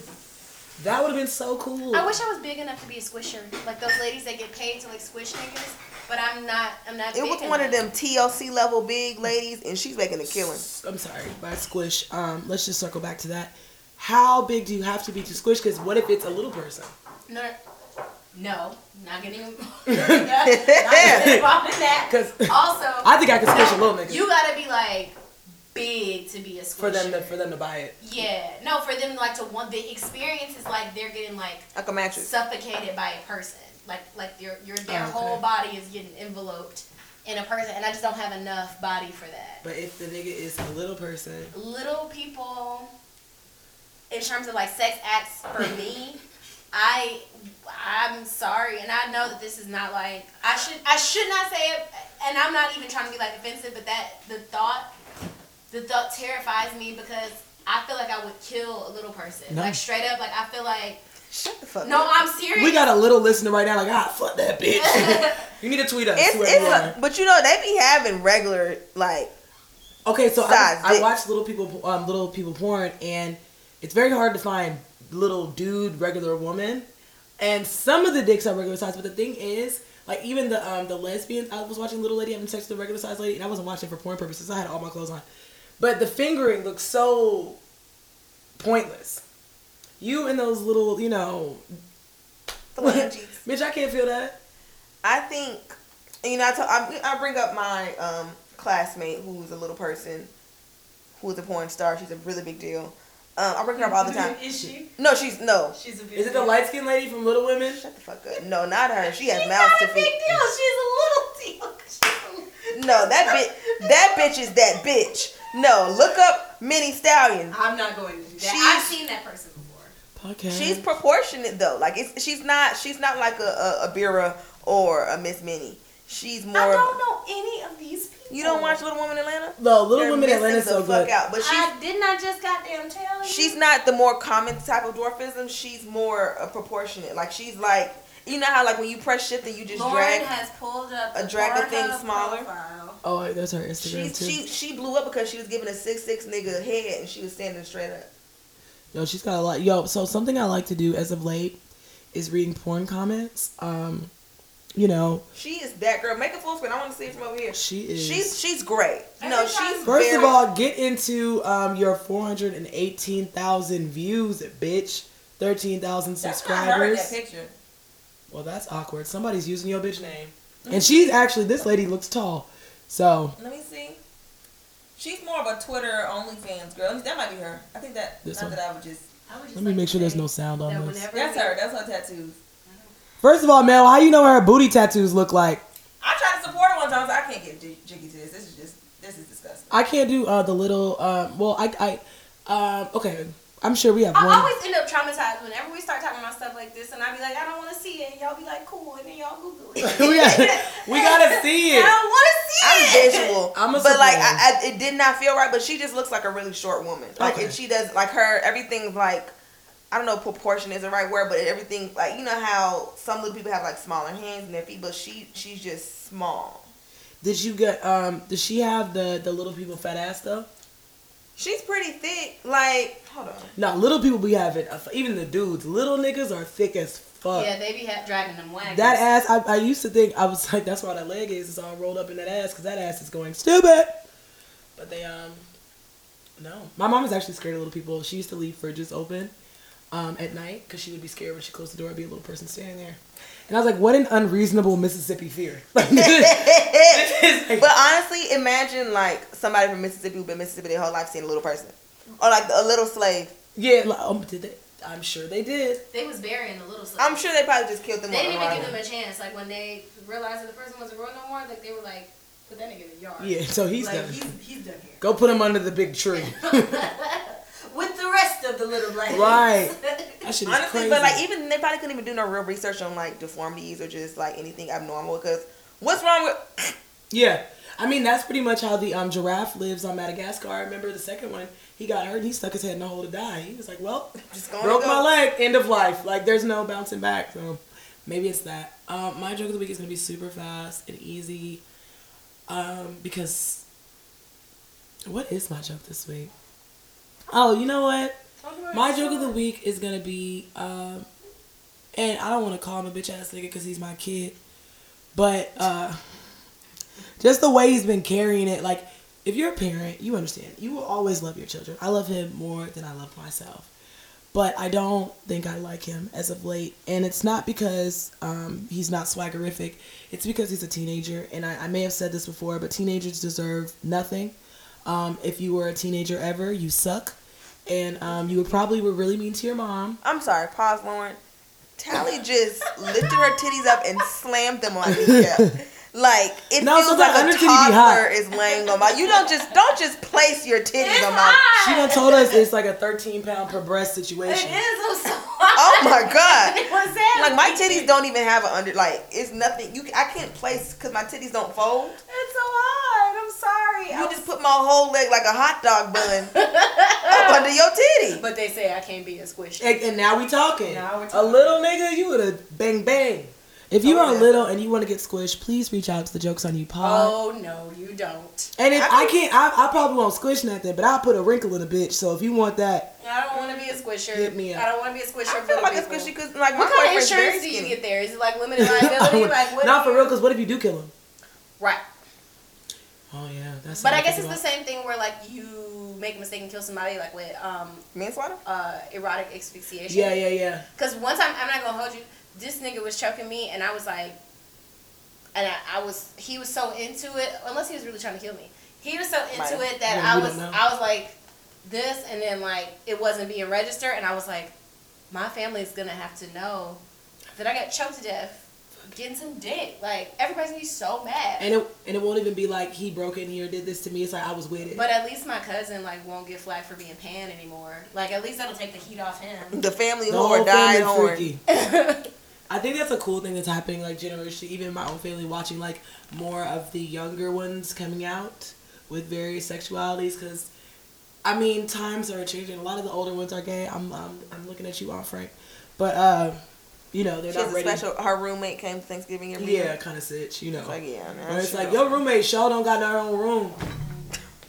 D: That would have been so cool.
C: I wish I was big enough to be a swisher, like those ladies that get paid to like squish niggas. But I'm not. I'm not.
B: It
C: big
B: was one of
C: enough.
B: them TLC level big ladies, and she's making a killing.
D: I'm sorry, by squish. Um, let's just circle back to that. How big do you have to be to squish? Because what if it's a little person?
C: No, no, not getting. not getting involved in that.
D: 'Cause
C: also,
D: I think I could squish a little nigga
C: you gotta be like big to be a swisher.
D: for them to for them to buy it.
C: yeah, no, for them like to want the experience is like they're getting like
B: Like a mattress.
C: suffocated by a person. Like like your your their
D: Oh, okay.
C: whole body is getting enveloped in a person, and I just don't have enough body for that.
D: But if the nigga is a little person,
C: little people in terms of like sex acts for me i i'm sorry and i know that this is not like i should i should not say it and i'm not even trying to be like offensive but that the thought the thought terrifies me because i feel like i would kill a little person
D: No.
C: like straight up like i feel like
B: Shut the fuck
C: no
B: up.
C: i'm serious
D: we got a little listener right now. Like ah, fuck that bitch. you need to tweet us.
B: It's,
D: whoever you are.
B: it's but you know they be having regular like
D: Okay, so
B: Size,
D: I, I
B: dick.
D: watch little people, um, little people porn, and it's very hard to find little dude, regular woman, and some of the dicks are regular size. But the thing is, like even the um, the lesbians, I was watching little lady having sex with a regular size lady, and I wasn't watching for porn purposes. I had all my clothes on, but the fingering looks so pointless. You and those little, you know,
B: phalanges.
D: bitch, I can't feel that.
B: I think, you know, I, told, I, I bring up my um, classmate who's a little person, who's a porn star. She's a really big deal. Um, I bring her up all the time.
C: is she
B: No, she's no.
C: she's a big
D: Is it the light skinned lady from Little Women?
B: Shut the fuck up. No, not her. She has
C: she's
B: mouths
C: not
B: to
C: a big
B: feed.
C: deal she's a little deal She's a-
B: No, that bitch. That bitch is that bitch. No, look up Minnie Stallion.
C: i'm not going to do that
B: She's-
C: i've seen that person before
D: Podcast.
B: She's
C: Mm-hmm.
B: proportionate though. Like it's she's not she's not like a a, a Bira or a Miss Minnie. She's more.
C: I
B: of-
C: don't know any of these people.
B: you don't watch Little Woman Atlanta?
D: no, Little
B: They're
D: Women
B: missing
D: Atlanta's so
B: the fuck
D: good.
B: out. But she's
C: I didn't. I just goddamn tell you.
B: she's not the more common type of dwarfism. She's more uh, proportionate. Like she's like you know how like when you press shift and you just
C: Lauren
B: drag.
C: has pulled up
B: a
C: the
B: drag a thing
C: Pornhub
B: smaller.
C: profile.
D: Oh, that's her Instagram
B: She's,
D: too.
B: she she blew up because she was giving a six six nigga head and she was standing straight up.
D: Yo, she's got a lot. Yo, so something I like to do as of late is reading porn comments. Um, you know,
B: She is that girl. Make a full spin. I want to see it from over here.
D: she is.
B: She's she's great. No,
C: Every time-
B: she's
D: First
B: very,
D: of all, get into um your four hundred and eighteen thousand views, bitch. Thirteen thousand subscribers.
B: picture.
D: well, that's awkward. Somebody's using your bitch name,
B: Mm-hmm.
D: and she's actually this lady looks tall. So
B: Let me see. She's more of a Twitter OnlyFans girl. That might be her. I think that.
D: This not one. that
B: I would just.
C: I would just
D: let me
C: like
D: make
C: to
D: sure there's
C: say
D: no sound
C: that
D: on this.
C: whenever we-
B: That's her tattoos.
D: First of all, Mel, how you know what her booty tattoos look like?
B: I tried to support her one time. I, I can't get jiggy to this. This is just. This is disgusting.
D: I can't do uh the little um. Well, I I um. Okay, I'm sure we have
C: I
D: one.
C: always end up traumatized whenever we start talking about stuff like this, and I be like, I don't want to see it. Y'all be like, cool, and then y'all Google it.
D: we gotta, we gotta see
C: I
D: it.
C: don't want to see
B: I'm
C: it.
B: visual,
D: I'm a
B: but like
D: supporter.
B: I, I, it did not feel right. But she just looks like a really short woman. Like
D: Okay.
B: and she does like her everything's like I don't know proportion is the right word, but everything like you know how some little people have like smaller hands and their feet, but she she's just small.
D: Did you get um? Did she have the the little people fat ass though?
B: She's pretty thick. Like, hold on.
D: No, little people be having a f- even the dudes. Little niggas are thick as fuck.
C: Yeah, they be ha- dragging them wagons.
D: That ass, I, I used to think I was like, that's why that leg is is all rolled up in that ass because that ass is going stupid. But they um, no. My mom is actually scared of little people. She used to leave fridges open, um, at night because she would be scared when she closed the door, it'd be a little person standing there. And I was like, what an unreasonable Mississippi fear. Like,
B: But honestly, imagine like somebody from Mississippi who's been Mississippi their whole life seeing a little person, or like a little slave.
D: yeah, like, um, did they? I'm sure they did.
C: They was burying the little. Slip.
B: I'm sure they probably just killed them.
C: They
B: on
C: didn't even give
B: arrival.
C: them a chance. Like when they realized that the person wasn't real no more, like they were like, put that nigga in the yard.
D: Yeah, so he's
C: like
D: done.
C: he's, he's done here.
D: Go put him under the big tree.
C: With the rest of the little black.
D: right. That shit is
B: Honestly,
D: crazy.
B: but like even they probably couldn't even do no real research on like deformities or just like anything abnormal because what's wrong with
D: Yeah. I mean, that's pretty much how the um, giraffe lives on Madagascar. I remember the second one, he got hurt and he stuck his head in a hole to die. He was like, well,
B: just going
D: broke
B: to
D: my
B: go?
D: leg, end of life. Like, there's no bouncing back. So maybe it's that. Um, my joke of the week is going to be super fast and easy um, because what is my joke this week? Oh, you know what? My joke of the week is gonna be, um, and I don't want to call him a bitch ass nigga because he's my kid, but uh, just the way he's been carrying it. Like, if you're a parent, you understand. You will always love your children. I love him more than I love myself, but I don't think I like him as of late. And it's not because um, he's not swaggerific. It's because he's a teenager, and I, I may have said this before, but teenagers deserve nothing. Um, if you were a teenager ever, you suck. And um, you would probably were really mean to your mom.
B: I'm sorry, pause, Lauren. Tally just lifted her titties up and slammed them on me. Yeah. Like it
D: No,
B: feels
D: sometimes
B: like
D: under
B: a
D: titty be hot.
B: toddler is laying on my. You don't just don't just place your titties on my.
D: She done told us it's like a 13 pound per breast
C: It
D: situation.
C: is. I'm so.
B: Oh my god!
C: What's that?
B: Like my titties don't even have an under. Like it's nothing. You I can't place because my titties don't fold.
C: It's so hard. I'm sorry.
B: You
C: I was-
B: just put my whole leg like a hot dog bun up under your titty.
C: but they say I can't be a squishy.
D: And, and now we talking.
C: Now we're
D: A
C: talking.
D: little nigga, you would have bang bang. If you
B: Oh,
D: are
B: yeah.
D: little and you want to get squished, please reach out to the Jokes on You pod.
C: Oh no, you don't.
D: and if
B: I
D: I,
B: mean-
D: can't, I, I probably won't squish nothing, but I'll put a wrinkle in a bitch. So if you want that,
C: I don't want to be a squisher.
D: Hit me up.
C: I don't want to be a squisher.
B: I
C: for
B: feel
C: the
B: like a
C: people.
B: squishy because like my
C: What kind of
B: boyfriend's very
C: insurance do you
B: skinny.
C: get there? Is it like limited liability? like what?
D: not
C: do
D: for
C: you-
D: real, because what if you do kill him?
C: Right.
D: Oh yeah, that's.
C: But I
D: something
C: guess
D: to
C: it's the
D: think
C: same thing where like you make a mistake and kill somebody like with um
B: Manslaughter?
C: uh erotic asphyxiation.
D: about. Yeah, yeah, yeah.
C: Cause one time I'm not gonna hold you. This nigga was choking me and I was like, and I, I was he was so into it. Unless he was really trying to kill me. He was so into
B: Right.
C: it that
D: Yeah,
C: I
D: we
C: was
D: don't know.
C: I was like this and then like it wasn't being registered and I was like, my family is gonna have to know that I got choked to death. Getting some dick, like everybody's gonna be so mad.
D: And it and it won't even be like he broke in here, did this to me. It's like I was with it.
C: But at least my cousin like won't get flagged for being pan anymore. Like at least that'll take the heat off him.
B: The family
D: The
B: whore
D: whole
B: died
D: family
B: horn.
D: freaky. I think that's a cool thing that's happening, like generation, even in my own family, watching like more of the younger ones coming out with various sexualities. Because I mean, times are changing. A lot of the older ones are gay. I'm I'm, I'm looking at you, Aunt Frank. But uh, you know, they're
B: She's
D: not
B: a
D: ready.
B: special. Her roommate came to Thanksgiving every
D: yeah,
B: year.
D: kind of sitch, you know.
B: It's like yeah. man,
D: Or it's
B: she
D: like
B: knows.
D: your roommate, Shaw don't got her own room.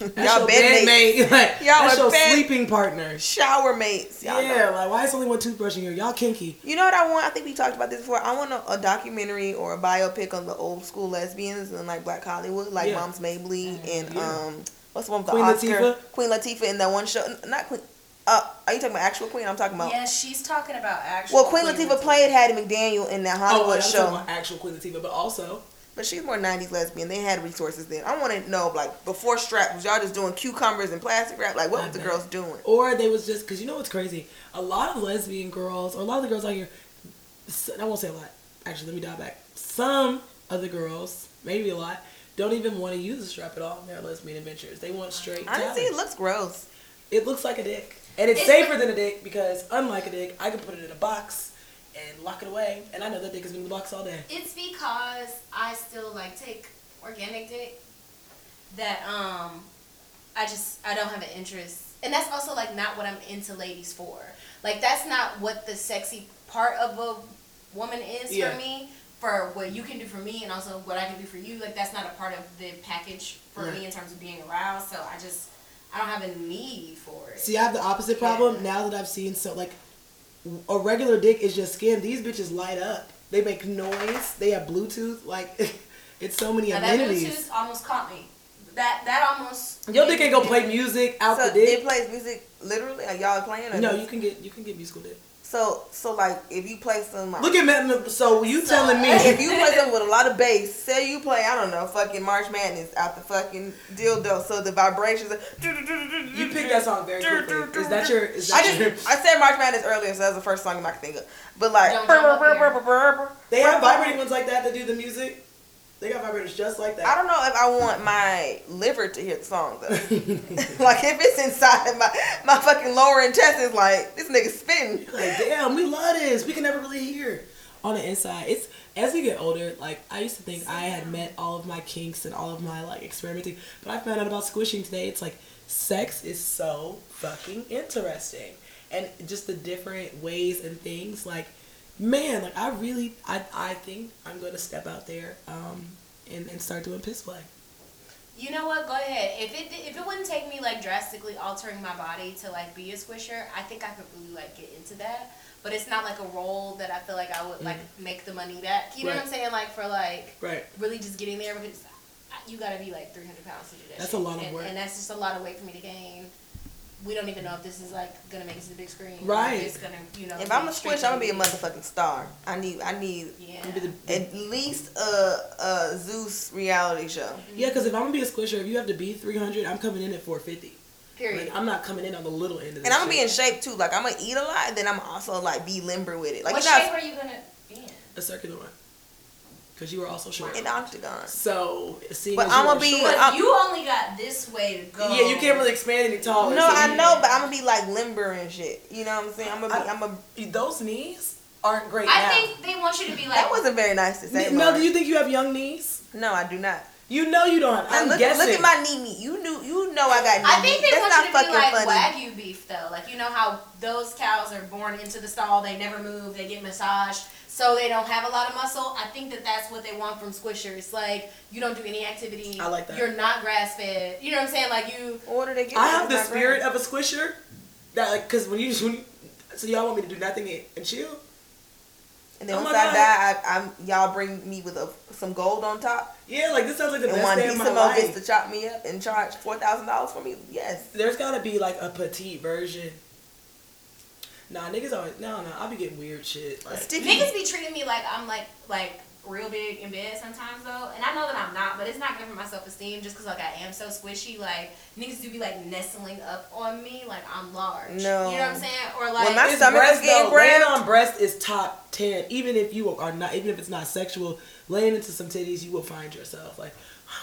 D: That's
B: y'all
D: your
B: bed mates,
D: bedmate. Like,
B: Y'all
D: that's
B: are
D: your
B: bed-
D: sleeping partner.
B: shower mates. Y'all know.
D: Yeah, like why is only one toothbrush in here? Y'all kinky.
B: You know what I want? I think we talked about this before. I want a, a documentary or a biopic on the old school lesbians and like Black Hollywood, like
D: Yeah. Mm-hmm.
B: Moms Mabley and
D: Yeah.
B: um, what's the one with
D: Queen
B: the Oscar?
D: Latifah?
B: Queen Latifah in that one show. n- Not Queen. Uh, are you talking about actual Queen? I'm talking about.
C: Yeah, she's talking about actual.
B: Well, Queen, Latifah played Hattie McDaniel in that
D: Oh,
B: Hollywood
D: wait, I'm
B: show,
D: talking about actual Queen Latifah, but also
B: but she's more '90s lesbian. They had resources then. I want to know, like, before strap, was y'all just doing cucumbers and plastic wrap? Like, what
D: I
B: was the
D: bet.
B: girls doing?
D: or they was just because you know what's crazy a lot of lesbian girls or a lot of the girls out here s- i won't say a lot actually let me dial back some of the girls maybe a lot don't even want to use a strap at all in their lesbian adventures they want straight
B: Honestly, it
D: talent.
B: looks gross.
D: it looks like a dick and it's safer than a dick because unlike a dick i can put it in a box and lock it away and i know that dick has been in the box all day
C: It's because I still like take organic dick that um I just I don't have an interest. And that's also like not what I'm into ladies for. Like that's not what the sexy part of a woman is
D: Yeah.
C: for me. for what you can do for me and also what I can do for you. Like that's not a part of the package for
D: Right.
C: me in terms of being aroused. So I just I don't have a need for it.
D: See, I have the opposite problem now that I've seen so like a regular dick is just skin. These bitches light up. They make noise. They have Bluetooth. Like it's so many
C: now that
D: amenities.
C: Bluetooth almost caught me. That that almost
D: Your dick ain't gonna play music out
B: So
D: the
B: it
D: dick.
B: plays music literally. Are y'all playing? Or
D: No, you can get you can get musical dick.
B: So so like if you play some
D: Look at Matt. So you telling
B: if
D: me?
B: you play something with a lot of bass, say you play, I don't know, fucking March Madness out the fucking dildo, so the vibrations. Are,
D: You picked that song very quickly. Is that your? Is
B: I
D: that your?
B: just I said March Madness earlier, so that's the first song I can think of. But like,
C: Don't jump up here.
D: They have vibrating ones like that that do the music. They got vibrators just like
B: I
D: that.
B: don't know if I want my liver to hear the song though. like if it's inside of my my fucking lower intestines, like this nigga spitting.
D: Like damn, we love this. We can never really hear. On the inside, it's as we get older. Like I used to think I had met all of my kinks and all of my like experimenting, but I found out about squishing today. It's like sex is so fucking interesting, and just the different ways and things. Like man, like I really, I I think I'm gonna step out there um and and start doing piss play.
C: You know what? Go ahead. If it if it wouldn't take me like drastically altering my body to like be a squisher, I think I could really like get into that. But it's not like a role that I feel like I would like make the money back. You know what I'm
D: Mm. Right.
C: saying? Like for like
D: Right.
C: really just getting there because I- you gotta be like 300 pounds to do that.
D: That's
C: shit.
D: a lot of
C: and,
D: work.
C: and that's just a lot of weight for me to gain. We don't even know if this is like gonna make it to the big screen. or
D: Right.
C: If it's gonna you know.
B: If I'm a
C: straight
B: squish, I'm gonna be a
C: to-
B: motherfucking star. I need I need
C: Yeah.
D: It'd be the-
B: at least a a Zeus reality show.
D: Yeah, because if I'm gonna be a squisher, if you have to be 300, I'm coming in at 450.
C: Period.
D: Like, I'm not coming in on the little end of this.
B: And I'm gonna be in
D: shit.
B: shape too. Like I'm gonna eat a lot, then I'm also like be limber with it. Like
C: what
B: you know,
C: shape are you gonna be in?
D: a circular one. Because you were also short.
B: in octagon.
D: So, seeing
B: But
D: as you
B: I'ma
D: were
B: be-
D: short-
C: But
B: I'm-
C: you only got this way to go.
D: yeah, you can't really expand any
C: Oh,
D: taller.
B: No,
D: so
B: I know, but I'm gonna be like limber and shit. You know what I'm saying? I'm gonna be. I'm a.
D: you- Those knees aren't great
C: I
D: now.
C: think they want you to be like.
B: That wasn't very nice to say.
D: N-
B: Mel,
D: Mel, do you think you have young knees?
B: No, I do not.
D: You know you don't.
B: Now,
D: I'm
B: look,
D: guessing.
B: look at my knee meat. You knew. You know I got knee
C: I think
B: meat.
C: they
B: That's
C: want you
B: not
C: to be
B: fucking
C: like
B: funny.
C: wagyu beef, though. Like you know how those cows are born into the stall, they never move, they get massaged, so they don't have a lot of muscle. I think that that's what they want from squishers. Like you don't do any activity.
D: I like that.
C: You're not grass fed. You know what I'm saying? Like you.
B: What do they get?
D: I have the
B: It's not
D: spirit
B: great.
D: of a squisher. That like, cause when you, when you so y'all want me to do nothing and- and chill?
B: And then
D: Oh my
B: once I
D: God.
B: die, I, I'm y'all bring me with a, some gold on top,
D: Yeah, like this sounds like the
B: and
D: best
B: one
D: day of
B: piece
D: my
B: of mo
D: life.
B: gets to chop me up and charge four thousand dollars for me. Yes.
D: There's gotta be like a petite version. Nah, niggas always no, no. I be getting weird shit. Like,
B: Sticky.
C: Niggas be treating me like I'm like like real big in bed sometimes though, and I know that I'm not, but it's not good for my self esteem just because like I am so squishy. Like niggas do be like nestling up on me like I'm large.
B: No.
C: you know what I'm saying? Or like
B: my
D: It's
B: stomach is getting
D: though. Laying
B: grabbed.
D: on breast is top ten. Even if you are not, even if it's not sexual, laying into some titties, you will find yourself like.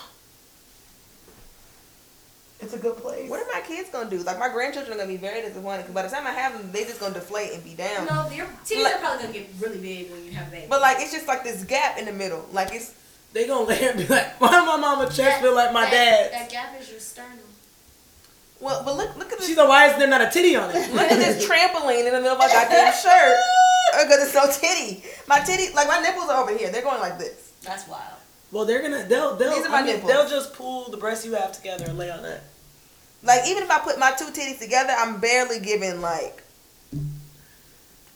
D: It's a good place.
B: What are my kids gonna do? Like my grandchildren are gonna be very disappointed. 'cause by the time I have them, they just gonna deflate and be down.
C: No, your titties
B: Like-
C: are probably gonna get really big when you have a baby.
B: But like it's just like this gap in the middle. Like it's
D: They gonna lay and be like, why my mama chest feel like my
C: that,
D: dad's?
C: That gap is your sternum.
B: well, but look look at
D: She's
B: this
D: like, why is there not a titty on it?
B: look at this trampoline in the middle of my goddamn shirt because it's so titty. My titty like my nipples are over here. They're going like this.
C: That's wild.
D: Well, they're gonna they'll they'll
B: These are
D: I
B: my
D: mean,
B: nipples.
D: they'll just pull the breasts you have together and lay on that.
B: Like even if I put my two titties together, I'm barely giving like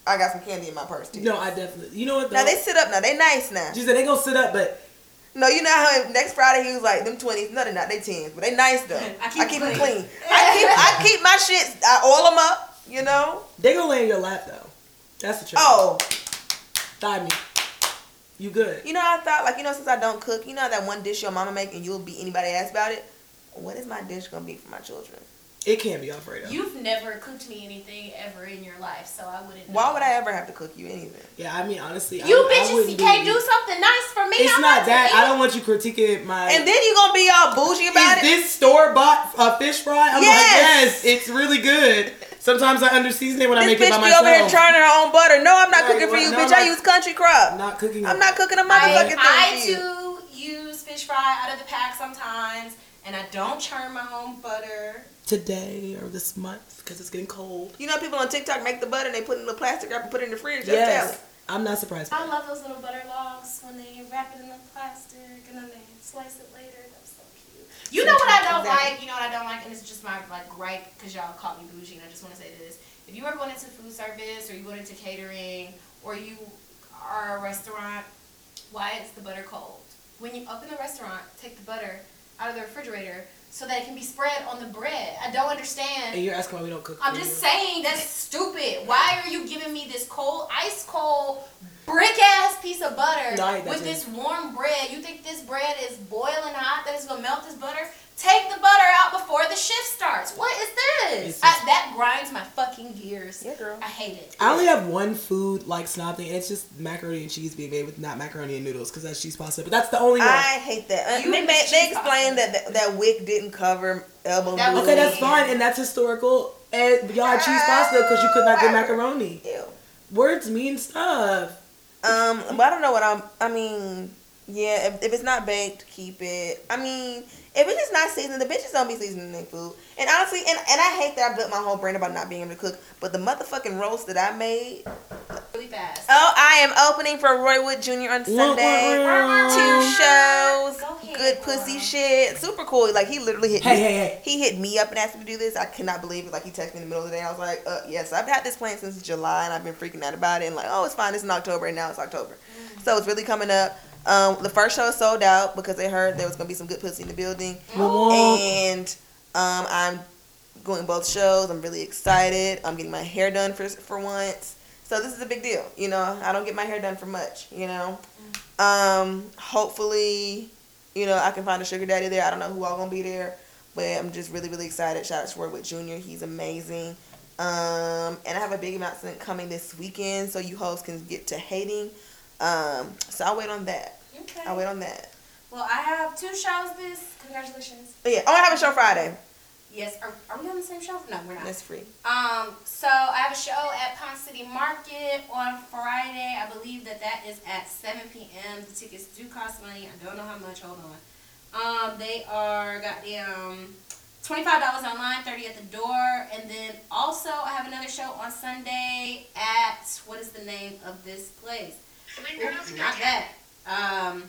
B: I got some candy in my purse too.
D: No, I definitely. You know what? Though?
B: Now they sit up now. They nice now.
D: she said they gonna sit up, but
B: No, you know how next Friday he was like them twenties. No, they're not. They tens, but they nice though. I
C: I
B: keep,
C: keep
B: them
C: clean.
B: clean. I keep I keep my shit. I oil them up. You know.
D: they gonna lay in your lap though. That's the trick.
B: Oh,
D: thigh meat. You good?
B: you know I thought like you know since I don't cook, you know that one dish your mama make and you'll be anybody ass about it. What is my dish gonna be for my children?
D: It can't be Alfredo.
C: You've never cooked me anything ever in your life, so I wouldn't.
B: Why
C: know.
B: would I ever have to cook you anything?
D: Yeah, I mean, honestly, I,
C: You
D: I
C: bitches
D: wouldn't
C: can't
D: be-
C: do something nice for me.
D: It's
C: I'm
D: not that.
C: to
D: I
C: eat.
D: don't want you critiquing my.
B: And then you gonna be all bougie about
D: is
B: it.
D: this store bought uh, fish fry? I'm
B: Yes.
D: like, yes, it's really good. Sometimes I underseason it when I
B: This
D: make it by
B: bitch be over here
D: myself.
B: trying her own butter. No, I'm not
D: Right,
B: cooking for
D: well,
B: you,
D: no,
B: bitch.
D: I'm
B: I
D: not-
B: use country crop.
D: I'm not cooking.
B: I'm not cooking a motherfucking
C: I,
B: thing.
C: I
B: for you.
C: too use fish fry out of the pack sometimes, and I don't churn my own butter.
D: today or this month because it's getting cold.
B: You know, people on TikTok make the butter and they put it in a plastic wrap and put it in the fridge. That's
D: Yes,
B: yes.
D: I'm not surprised. by
C: I
D: it.
C: love those little butter logs when they wrap it in the plastic and then they slice it later. That's so cute.
E: You know what I don't
B: Exactly.
E: like. You know what I don't like, and it's just my like gripe because y'all called me bougie, and I just want to say this: if you are going into food service or you going into catering or you are a restaurant, why is the butter cold? When you open the restaurant, take the butter out of the refrigerator so that it can be spread on the bread. I don't understand.
D: And you're asking why we don't cook.
E: I'm
D: for
E: just
D: you.
E: saying that's stupid. Why are you giving me this cold, ice cold, brick ass piece of butter
D: No, I hate that
E: with
D: too.
E: this warm bread? You think this bread is boiling hot that it's gonna melt this butter? Take the butter out before the shift starts. What is this?
D: It's
E: I,
D: just-
E: that grinds my fucking gears.
B: Yeah, girl.
E: I hate it.
D: I only have one food like snob thing, and it's just macaroni and cheese being made with not macaroni and noodles because that's cheese pasta. But that's the only one.
B: I hate that. Uh,
E: You
B: they
E: and
B: made,
E: the
B: they
E: cheese
B: explained that, that that wick didn't cover elbow
E: That was
B: noodles.
D: okay,
E: Yeah.
D: that's fine, and that's historical. And but y'all had cheese pasta because you could not get macaroni.
B: Ew.
D: Words mean stuff.
B: Um, but I don't know what I'm. I mean, yeah, if, if it's not baked, keep it. I mean, if it's just not seasoned, the bitches don't be seasoning their food. And honestly, and, and I hate that I built my whole brand about not being able to cook, but the motherfucking roast that I made.
E: Really fast.
B: Oh, I am opening for Roy Wood Jr. on Sunday. Two
D: Hey,
B: shows,
E: Go ahead,
B: good pussy shit, super cool. Like he literally hit
D: hey,
B: me.
D: hey.
B: He hit me up and asked me to do this. I cannot believe it. Like he texted me in the middle of the day. I was like, uh, yes, I've had this plan since July and I've been freaking out about it. And like, oh, it's fine. It's in October and now it's October.
E: Mm.
B: So it's really coming up. Um, the first show is sold out because they heard there was gonna be some good pussy in the building.
D: Womp
B: And um, I'm going both shows. I'm really excited. I'm getting my hair done for for once. So this is a big deal. You know, I don't get my hair done for much. You know, um, hopefully, you know I can find a sugar daddy there. I don't know who all gonna be there, but I'm just really really excited. Shout out to Roy with Junior. He's amazing. Um, and I have a big announcement coming this weekend, so you hoes can get to hating. Um, so I'll wait on that.
C: Okay.
B: I'll Oh, wait on that.
C: Well, I have two shows this. Congratulations.
B: But yeah, oh, I have a show Friday.
C: Yes. Are, are we on the same show? No, we're not.
B: That's free.
C: Um, so I have a show at Pond City Market on Friday. I believe that that is at 7 p.m. The tickets do cost money. I don't know how much. Hold on. Um, they are goddamn twenty-five dollars online, thirty at the door, and then also I have another show on Sunday at what is the name of this place? Ooh, not that. Um,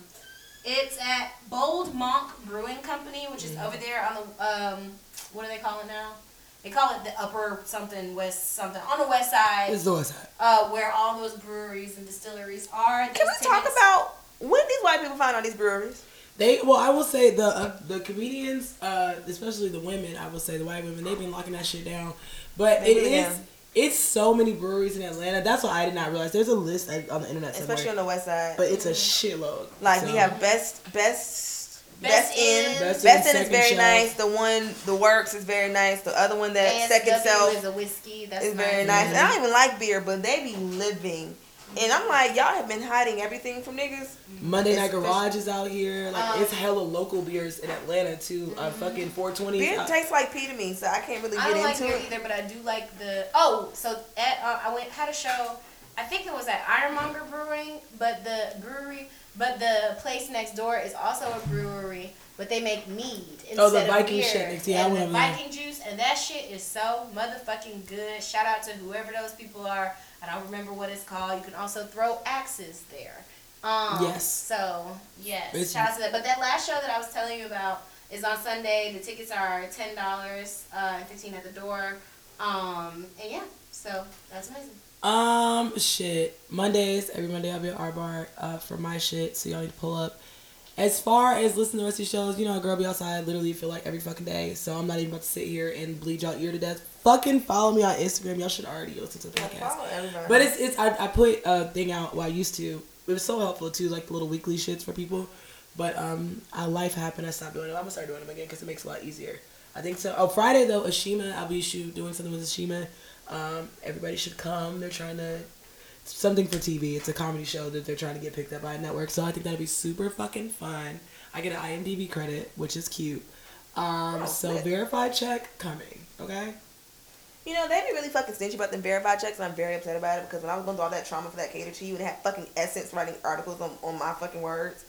C: it's at Bold Monk Brewing Company, which
B: Mm-hmm.
C: is over there on the um, what do they call it now? They call it the Upper something West something on the West Side,
D: It's the West Side.
C: uh, where all those breweries and distilleries are.
B: Can we talk about when these white people find all these breweries?
D: They well, I will say the uh, the comedians, uh, especially the women, I will say the white women, they've been locking that shit down. But
B: They
D: it
B: do,
D: is
B: yeah.
D: it's so many breweries in Atlanta. That's what I did not realize. There's a list on on the internet somewhere,
B: Especially on the west side.
D: but it's a shitload.
B: like
D: So,
B: we have best best
C: Best
B: best in
C: In.
D: Best In,
B: best in is
D: Second
B: very
D: Shelf.
B: nice. The one the works is very nice. The other one that
E: ASW
B: second
E: is
B: self
E: a whiskey. That's
B: is very
E: nice.
B: nice. And
D: Mm-hmm.
B: I don't even like beer, but they be living. And I'm like, y'all have been hiding everything from niggas.
D: Monday Night
B: It's
D: Garage is out here. Like
E: Um,
D: it's hella local beers in Atlanta too. Uh, fucking uh, 420.
B: Mm-hmm. Beer tastes like pee to me, so I can't really
E: I
B: get
E: don't like
B: into
E: beer
B: it.
E: either, but I do like the. Oh, so at, uh, I went had a show. I think it was at Ironmonger Brewing, but the brewery, but the place next door is also a brewery, but they make mead instead
D: Oh, the
E: of
D: Viking
E: beer.
D: shit next- yeah, I
E: and the
D: went over there.
E: Viking juice, and that shit is so motherfucking good. Shout out to whoever those people are. I don't remember what it's called. You can also throw axes there. Um,
D: Yes.
E: So yes,
D: It's-
E: shout out to that. But that last show that I was telling you about is on Sunday. The tickets are ten dollars uh, and fifteen at the door. Um, and yeah, so that's amazing.
D: Um, shit. Mondays, every Monday I'll be at R Bar uh, for my shit, so y'all need to pull up. As far as listening to Rusty shows, you know, a girl be outside literally feel like every fucking day, so I'm not even about to sit here and bleed y'all ear to death. Fucking follow me on Instagram. Y'all should already listen to the podcast. But it's, it's I, I put a thing out, well, I used to. It was so helpful too, like the little weekly shits for people. But um, I life happened. I stopped doing it. I'm gonna start doing them again because it makes it a lot easier. I think so. Oh, Friday though, Ashima. I'll be shoot doing something with Ashima. Um, everybody should come. They're trying to something for TV. It's a comedy show that they're trying to get picked up by a network. So I think that'll be super fucking fun. I get an IMDb credit, which is cute. Um, so
B: lit.
D: verified check coming. Okay.
B: You know, they be really fucking stingy about them verified checks, and I'm very upset about it because when I was going through all that trauma for that cater to you and had fucking Essence writing articles on, on my fucking words,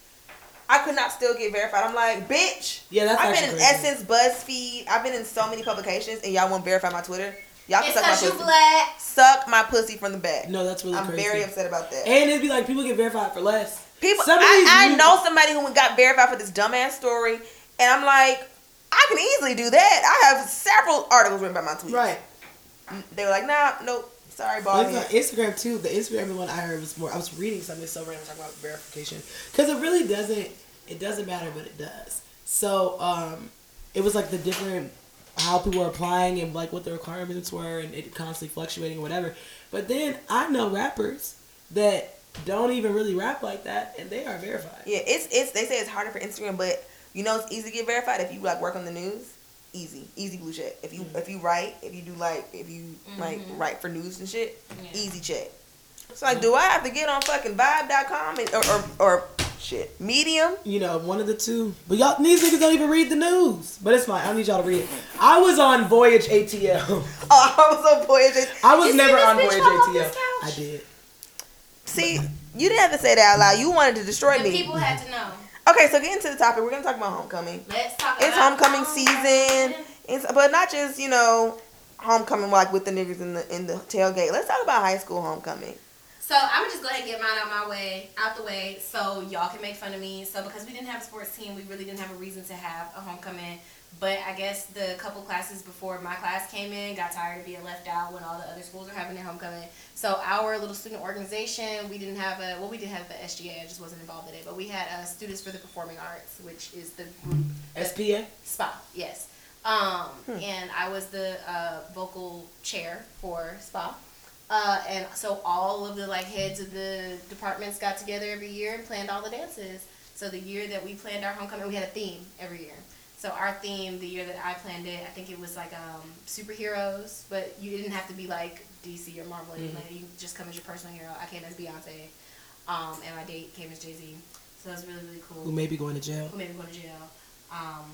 B: I could not still get verified. I'm like, bitch,
D: Yeah, that's
B: I've been
D: actually
B: in
D: crazy.
B: Essence, BuzzFeed, I've been in so many publications, and y'all won't verify my Twitter. Y'all can
C: It's
B: suck my
C: because you
B: pussy.
C: black.
B: Suck my pussy from the back.
D: No, that's really
B: I'm
D: crazy.
B: very upset about that.
D: And it'd be like people get verified for less.
B: People,
D: Some of these
B: I, I
D: new-
B: know somebody who got verified for this dumbass story, and I'm like, I can easily do that. I have several articles written by my tweet.
D: Right.
B: They were like, nah, nope, sorry,
D: Well,
B: bald
D: it's
B: head.
D: on Instagram too. The Instagram the one I heard was more. I was reading something so random talking about verification because it really doesn't. It doesn't matter, but it does. So um, it was like the different how people were applying and like what the requirements were and it constantly fluctuating or whatever. But then I know rappers that don't even really rap like that and they are verified.
B: Yeah, it's it's. They say it's harder for Instagram, but you know it's easy to get verified if you like work on the news. Easy, easy blue check. If you if you write, if you do like if you like write for news and shit, easy check. It's like, do I have to get on fucking Vibe.com and, or, or or shit Medium?
D: you know, one of the two. But y'all, these niggas don't even read the news. But it's fine. I don't need y'all to read it. I was on Voyage ATL.
B: Oh, I was on Voyager.
D: I was
C: You see
D: never
C: this
D: on
C: bitch
D: Voyage
C: come off
D: ATL.
C: this couch?
D: I did.
B: See, you didn't have to say that out loud. You wanted to destroy
C: The
B: me.
C: people had to know.
B: Okay, so getting to the topic, we're gonna talk about homecoming.
C: Let's talk
D: Uh,
B: It's
C: about
B: homecoming
D: um,
B: season, it's, but not just you know homecoming like with the niggas in the in the tailgate. Let's talk about high school homecoming.
C: So I'm gonna just go ahead and get mine out my way, out the way, so y'all can make fun of me. So because we didn't have a sports team, we really didn't have a reason to have a homecoming. But I guess the couple classes before my class came in got tired of being left out when all the other schools are having their homecoming. So our little student organization, we didn't have a well, we did have the SGA, I just wasn't involved in it. But we had uh, Students for the Performing Arts, which is the group
D: SPA.
C: Spa, yes. Um, And I was the uh, vocal chair for Spa. Uh, and so all of the like heads of the departments got together every year and planned all the dances. So the year that we planned our homecoming, we had a theme every year. So our theme, the year that I planned it, I think it was like um, superheroes, but you didn't have to be like DC or Marvel. or anything Like that. you could just come as your personal hero. I came as Beyonce, um, and my date came as Jay Z. So it was really really
D: Who
C: cool.
D: may be going to jail.
C: Who made me go to jail? Um,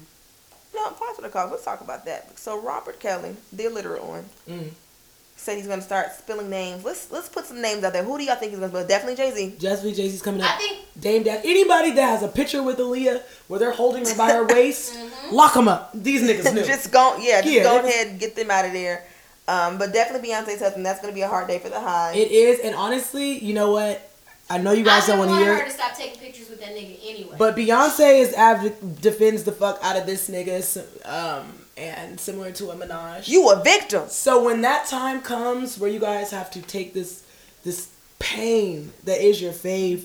B: No, pause for the cause. Let's talk about that. So Robert Kelly, the illiterate one,
D: Mm.
B: said he's gonna start spilling names. Let's let's put some names out there. Who do y'all think is gonna spill? Definitely Jay Z.
D: Just Jay Z's coming up.
C: I think
D: Dame Dash. Anybody that has a picture with Aaliyah where they're holding her by her waist,
C: Mm-hmm.
D: lock them up. These niggas knew.
B: just go, yeah, just
D: Yeah,
B: go
D: it was-
B: ahead and get them out of there. Um, but definitely Beyonce's husband. That's gonna be a hard day for the high.
D: it is, and honestly, you know what? I know you guys
C: I didn't
D: don't want to
C: want
D: hear
C: her
D: it.
C: to stop taking pictures with that nigga anyway.
D: But Beyonce is av- defends the fuck out of this nigga, so- um, and similar to a Minaj.
B: you a victim.
D: So when that time comes where you guys have to take this this pain that is your fave,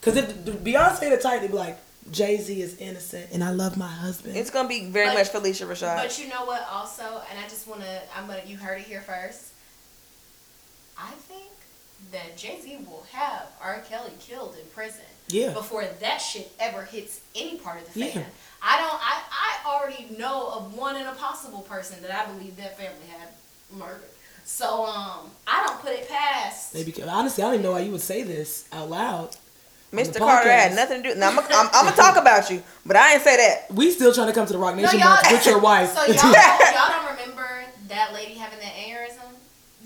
D: because if Beyonce the type to be like Jay Z is innocent and I love my husband,
B: It's gonna be very
C: But-
B: much Felicia Rashad.
C: But you know what? Also, and I just wanna, I'm gonna, you heard it here first. I think that Jay Z will have R. Kelly killed in prison
D: yeah,
C: before that shit ever hits any part of the
D: Yeah.
C: fan. I don't. I I already know of one in a possible person that I believe that family had murdered. So um, I don't put it past.
D: they became, honestly I don't even know why you would say this out loud. on
B: Mr.
D: the
B: Carter
D: podcast.
B: had nothing to do. Now I'm gonna I'm, I'm talk about you, but I ain't say that.
D: We still trying to come to the Rock
C: No,
D: Nation
C: y'all.
D: Month with your wife.
C: So y'all, don't- y'all don't remember that lady having that aneurysm?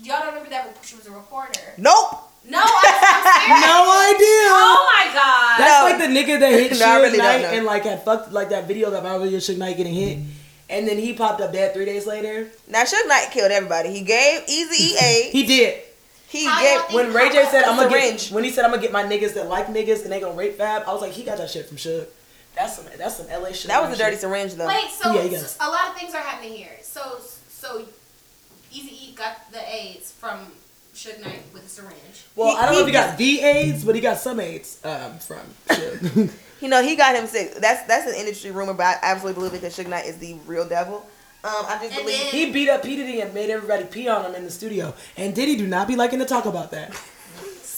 C: Y'all don't remember that she was a reporter?
B: Nope.
C: No, I'm serious.
D: no idea.
C: Oh my god.
D: That's
B: No.
D: like the nigga that hit
B: No,
D: Suge
B: I really don't
D: Knight
B: know.
D: and like had fucked like that video that viral video Suge Knight getting hit,
C: Mm-hmm.
D: and then he popped up dead three days later.
B: Now Suge Knight killed everybody. He gave Easy a
D: He did.
B: he
C: How
B: gave
C: y'all think-
D: when Ray J said I'm gonna get,
B: Syringe.
D: when he said I'm gonna get my niggas that like niggas and they gonna rape Fab, I was like, he got that shit from Suge. That's some that's some LA shit.
B: that was a
D: Shit.
B: dirty syringe though.
C: Wait, so,
D: Yeah, you got it.
C: so a lot of things are happening here. So so Easy E got the AIDS from Suge Knight with a syringe.
D: Well,
B: He-
D: I don't know
B: he
D: if he got the AIDS, but he got some AIDS um, from Suge.
B: You know he got him sick. That's that's an industry rumor, but I absolutely believe it because Suge Knight is the real devil. Um, I just
C: And
B: believe
C: then-
D: he beat up P Diddy and made everybody pee on him in the studio. And Diddy do not be liking to talk about that.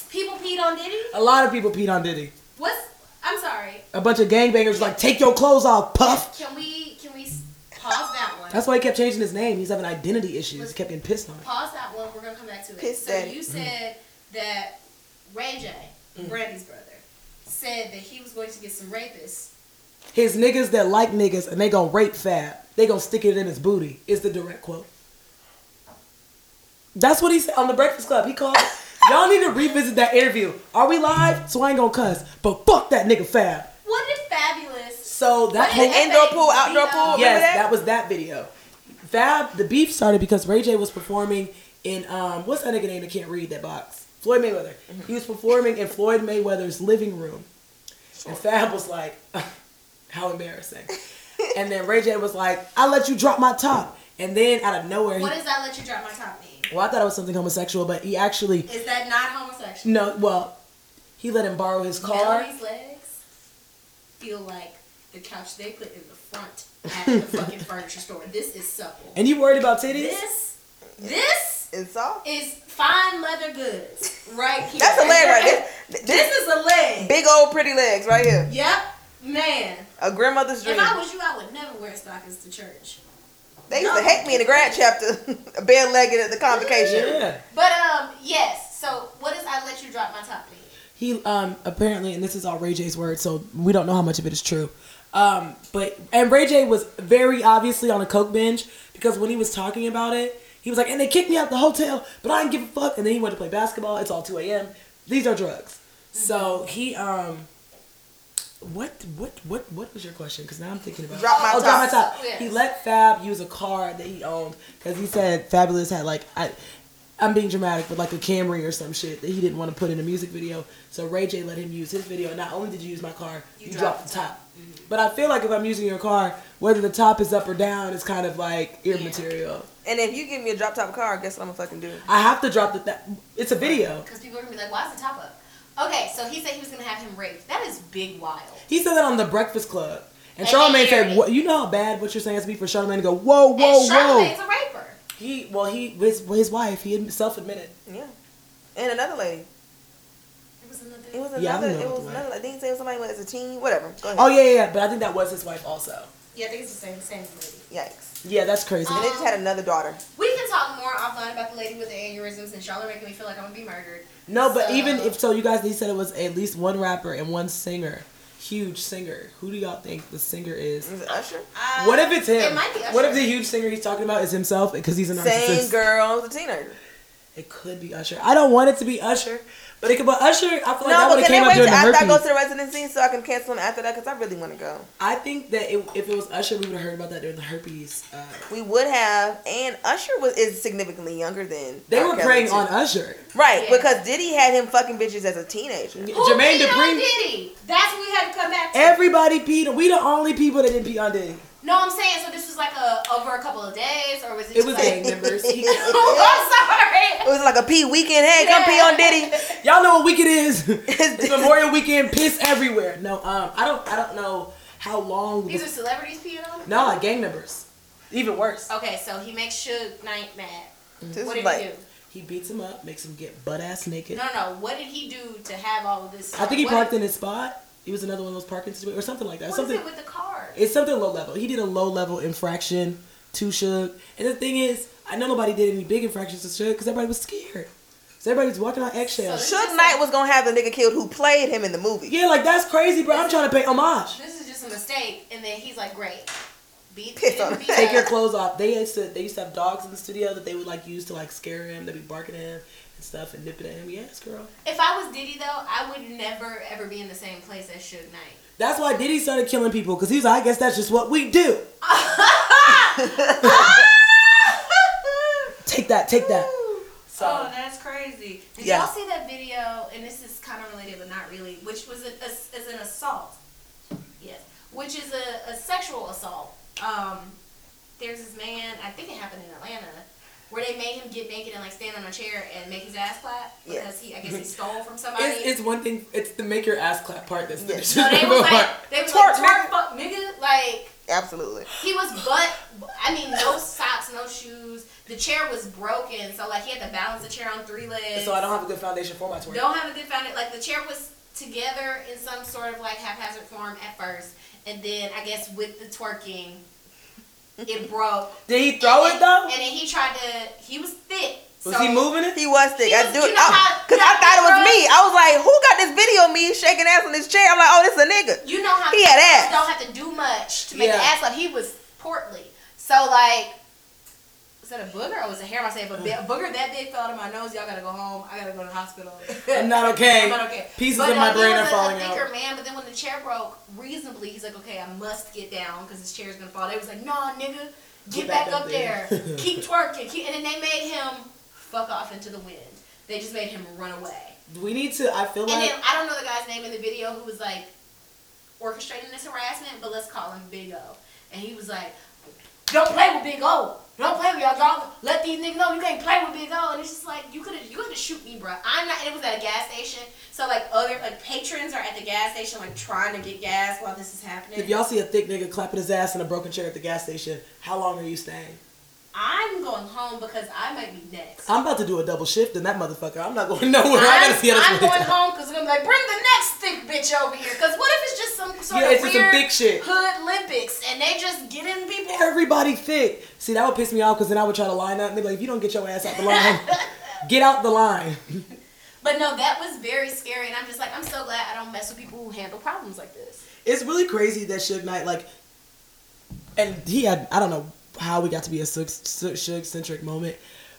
C: People peed on Diddy?
D: A lot of people peed on Diddy.
C: What's I'm sorry.
D: A bunch of gangbangers like take your clothes off, puff.
C: Can we can we s- pause that one?
D: That's why he kept changing his name. He's having identity issues. He kept getting pissed on.
C: pause that one. We're gonna come back to it.
B: Piss
C: so
B: daddy. Mm-hmm.
C: you said that Ray J,
D: Mm-hmm.
C: Brandy's brother, said that he was going to get some rapists.
D: His niggas that like niggas and they gonna rape Fab. They gonna stick it in his booty. Is the direct quote. That's what he said on the Breakfast Club. He called. Y'all need to revisit that interview. Are we live? So I ain't gonna cuss. But fuck that nigga Fab.
C: What did fabulous?
D: So that
C: What
D: whole
C: is
B: indoor pool, outdoor pool. Oh,
C: Yes,
B: Remember
D: yes,
B: that?
D: that was that video. Fab, the beef started because Ray J was performing in um, what's that nigga name that can't read that box? Floyd Mayweather. He was performing in Floyd Mayweather's living room, and Fab was like, "How embarrassing!" and then Ray J was like, "I let you drop my top," and then out of nowhere, he,
C: What does that let you drop my top mean?
D: well, I thought it was something homosexual, but he actually
C: Is that not homosexual?
D: no, well, he let him borrow his car.
C: Melanie's legs feel like the couch they put in the front at the fucking furniture store. This is supple.
D: And you worried about titties?
C: This, this
B: And soft.
C: is fine leather goods right here.
B: That's a leg right there. This
C: This is a leg.
B: big old pretty legs right here.
C: Yep, man.
B: A grandmother's dream.
C: If I was you, I would never wear stockings to church.
B: They used to hate me in the grad chapter, bare legged at the convocation.
D: Yeah.
C: But um, yes. So what does I let you drop my top mean?
D: He um apparently, and this is all Ray J's word, so we don't know how much of it is true. Um, but and Ray J was very obviously on a coke binge because when he was talking about it, he was like, "And they kicked me out the hotel, but I didn't give a fuck." And then he went to play basketball. It's all two a.m. These are drugs. So he um. What what what what was your question? Because now I'm thinking about
B: Drop my
D: oh, drop my
B: top.
D: top.
C: Yes.
D: He let Fab use a car that he owned because he said Fabulous had like I, I'm being dramatic, but like a Camry or some shit that he didn't want to put in a music video. So Ray J let him use his video. Not only did you use my car, you, dropped the top. But I feel like if I'm using your car, whether the top is up or down, it's kind of like immaterial.
B: And if you give me a drop top car, guess what I'm gonna fucking do?
D: I have to drop the. That, it's a video.
C: Because people are gonna be like, why is the top up? Okay, so he said he was gonna have him raped. That is big wild.
D: He said that on the Breakfast Club,
C: And
D: and Charlamagne
C: they
D: said,
C: aired
D: "What? You know how bad what you're saying has to be for Charlamagne to go, whoa, whoa,
C: and
D: whoa."
C: Charlamagne's a raper.
D: He well, he his his wife. He self admitted.
B: Yeah. And another lady.
C: It was another.
B: It was
D: Yeah, I
B: another.
D: don't know
B: it
D: what
B: was
D: the
B: another. I think say it was somebody was a teen. Whatever. Go ahead.
D: Oh yeah, yeah, yeah. But I think that was his wife also.
C: Yeah, I think it's the same same lady.
B: Yikes.
D: Yeah, that's crazy.
B: And they just had another daughter.
C: We can talk more offline about the lady with the aneurysms and Charlotte making me feel like I'm gonna be murdered.
D: No, but
C: So-
D: even if so, you guys, he said it was at least one rapper and one singer, huge singer. Who do y'all think the singer is?
B: Is it Usher?
C: Uh,
D: What if it's him?
C: It might be Usher.
D: What if the huge singer he's talking about is himself because he's a narcissist?
B: Same girl, the teenager.
D: It could be Usher. I don't want it to be Usher, but it could. But Usher, I feel like
B: no,
D: that would
B: but
D: have
B: can they
D: came up
B: wait
D: during
B: till
D: the
B: after I
D: herpes.
B: go to the residency so I can cancel them after that? Cause I really want to go.
D: I think that it, if it was Usher, we would have heard about that during the herpes. Uh,
B: We would have. And Usher was is significantly younger than.
D: they
B: R.
D: were
B: Kelly,
D: preying
B: too.
D: on Usher.
B: Right,
C: Yeah.
B: because Diddy had him fucking bitches as a teenager.
C: Who
D: Jermaine
C: peed on
D: Dupri.
C: Diddy? That's what we had to come back to.
D: Everybody peed. on- We the only people that didn't pee on Diddy.
C: no, I'm saying so. This was like a over a couple of days, or was it?
D: It
C: just
D: was
C: like,
D: gang members. He-
C: oh, I'm
B: It
C: sorry.
B: was like a pee weekend. Hey, come pee on Diddy.
D: Y'all know what week it is. it's Memorial Weekend. Piss everywhere. No, um, I don't. I don't know how long.
C: These are celebrities peeing on. him?
D: no, like gang members. Even worse.
C: Okay, so he makes Suge Knight mad.
B: This
C: What
B: is
C: did
B: like,
C: he do?
D: He beats him up, makes him get butt ass naked.
C: No, no. What did he do to have all of this?
D: I think he
C: what,
D: parked in his spot. He was another one of those parking situations or something like that.
C: What is
D: something.
C: it with the car?
D: It's something low level. He did a low level infraction to Suge. And the thing is, I know nobody did any big infractions to Suge because everybody was scared. So everybody was walking on eggshells.
C: So-
B: Suge Knight was gonna have the nigga killed who played him in the movie.
D: yeah, like that's crazy, bro. I'm trying to pay homage.
C: This is just a mistake, and then he's like, "Great, beat
B: Piss on
C: him,
B: him.
C: beat
D: Take
C: up.
D: your clothes off. They used to they used to have dogs in the studio that they would like use to like scare him. They'd be barking at him and stuff and nipping at him. Yes, girl.
C: If I was Diddy though, I would never ever be in the same place as Suge Knight.
D: That's why Diddy started killing people because he was like, I guess that's just what we do.
C: Ah!
D: Take that, take that. So
C: oh, that's crazy. Did
D: Yeah.
C: y'all see that video? And this is kind of related, but not really. Which was a, is is an assault. Yes, which is a, a sexual assault. Um, there's this man. I think it happened in Atlanta. Where they made him get naked and like stand on a chair and make his ass clap because he, I guess he stole from somebody.
D: it's, it's one thing. It's the make your ass clap part that's the
C: so they was like, they was
B: Twerk,
C: like,
B: nigga."
C: twerk, fuck, nigga, like.
B: Absolutely.
C: He was butt. I mean, no socks, no shoes. The chair was broken, so like he had to balance the chair on three legs.
D: so I don't have a good foundation for my twerk.
C: Don't have a good foundation. Like the chair was together in some sort of like haphazard form at first, and then I guess with the twerking, it broke.
D: Did he throw it though?
C: And then he tried to. He was thick.
D: Was
C: so
D: he moving it?
B: He was thick.
C: He
B: I
C: was-
B: do
C: you
B: it
C: know how-
B: because
C: you
B: I
C: know
B: thought it was
C: how-
B: me. I was like, who got this video of me shaking ass on this chair? I'm like, oh, this a nigga.
C: You know how
B: He had
C: females
B: ass.
C: don't have to do much to make
D: Yeah.
C: the ass up. He was portly. So like, was that a booger or was it a hair? on my say, but a booger that big fell out of my nose. Y'all gotta go home. I gotta go to the hospital.
D: I'm not okay.
C: I'm not okay.
D: Pieces
C: But,
D: of my
C: uh, he
D: brain
C: was
D: are
C: a-
D: falling
C: a thicker
D: out.
C: man, but then when the chair broke, reasonably, he's like, okay, I must get down because this chair's gonna fall. They was like, nah, nigga. get back, up, there, keep twerking, keep, and then they made him fuck off into the wind. They just made him run away.
D: We need to. I feel
C: And
D: like
C: then I don't know the guy's name in the video who was like orchestrating this harassment, but let's call him Big O. And he was like, "Don't play with Big O. Don't play with y'all. Y'all let these niggas know you can't play with Big O." And it's just like you could you could have shoot me, bro. I'm not. And it was at a gas station, so like other like patrons are at the gas station like trying to get gas while this is happening.
D: if y'all see a thick nigga clapping his ass in a broken chair at the gas station, how long are you staying?
C: I'm going home because I might be next.
D: I'm about to do a double shift in that motherfucker. I'm not going nowhere. I
C: I'm,
D: gotta see how
C: I'm
D: this
C: going
D: plays out.
C: home because I'm gonna be like, bring the next thick bitch over here. Because what if it's just some sort
D: Yeah,
C: of
D: it's just some
C: weird
D: thick shit.
C: hood Olympics and they just get in people?
D: Everybody thick. See, that would piss me off because then I would try to line up and they'd be like, if you don't get your ass out the line, get out the line.
C: But no, that was very scary, and I'm just like, I'm so glad I don't mess with people who handle problems like this.
D: It's really crazy that Suge Knight, like, and he had, I don't know how we got to be a Suge Suge centric moment,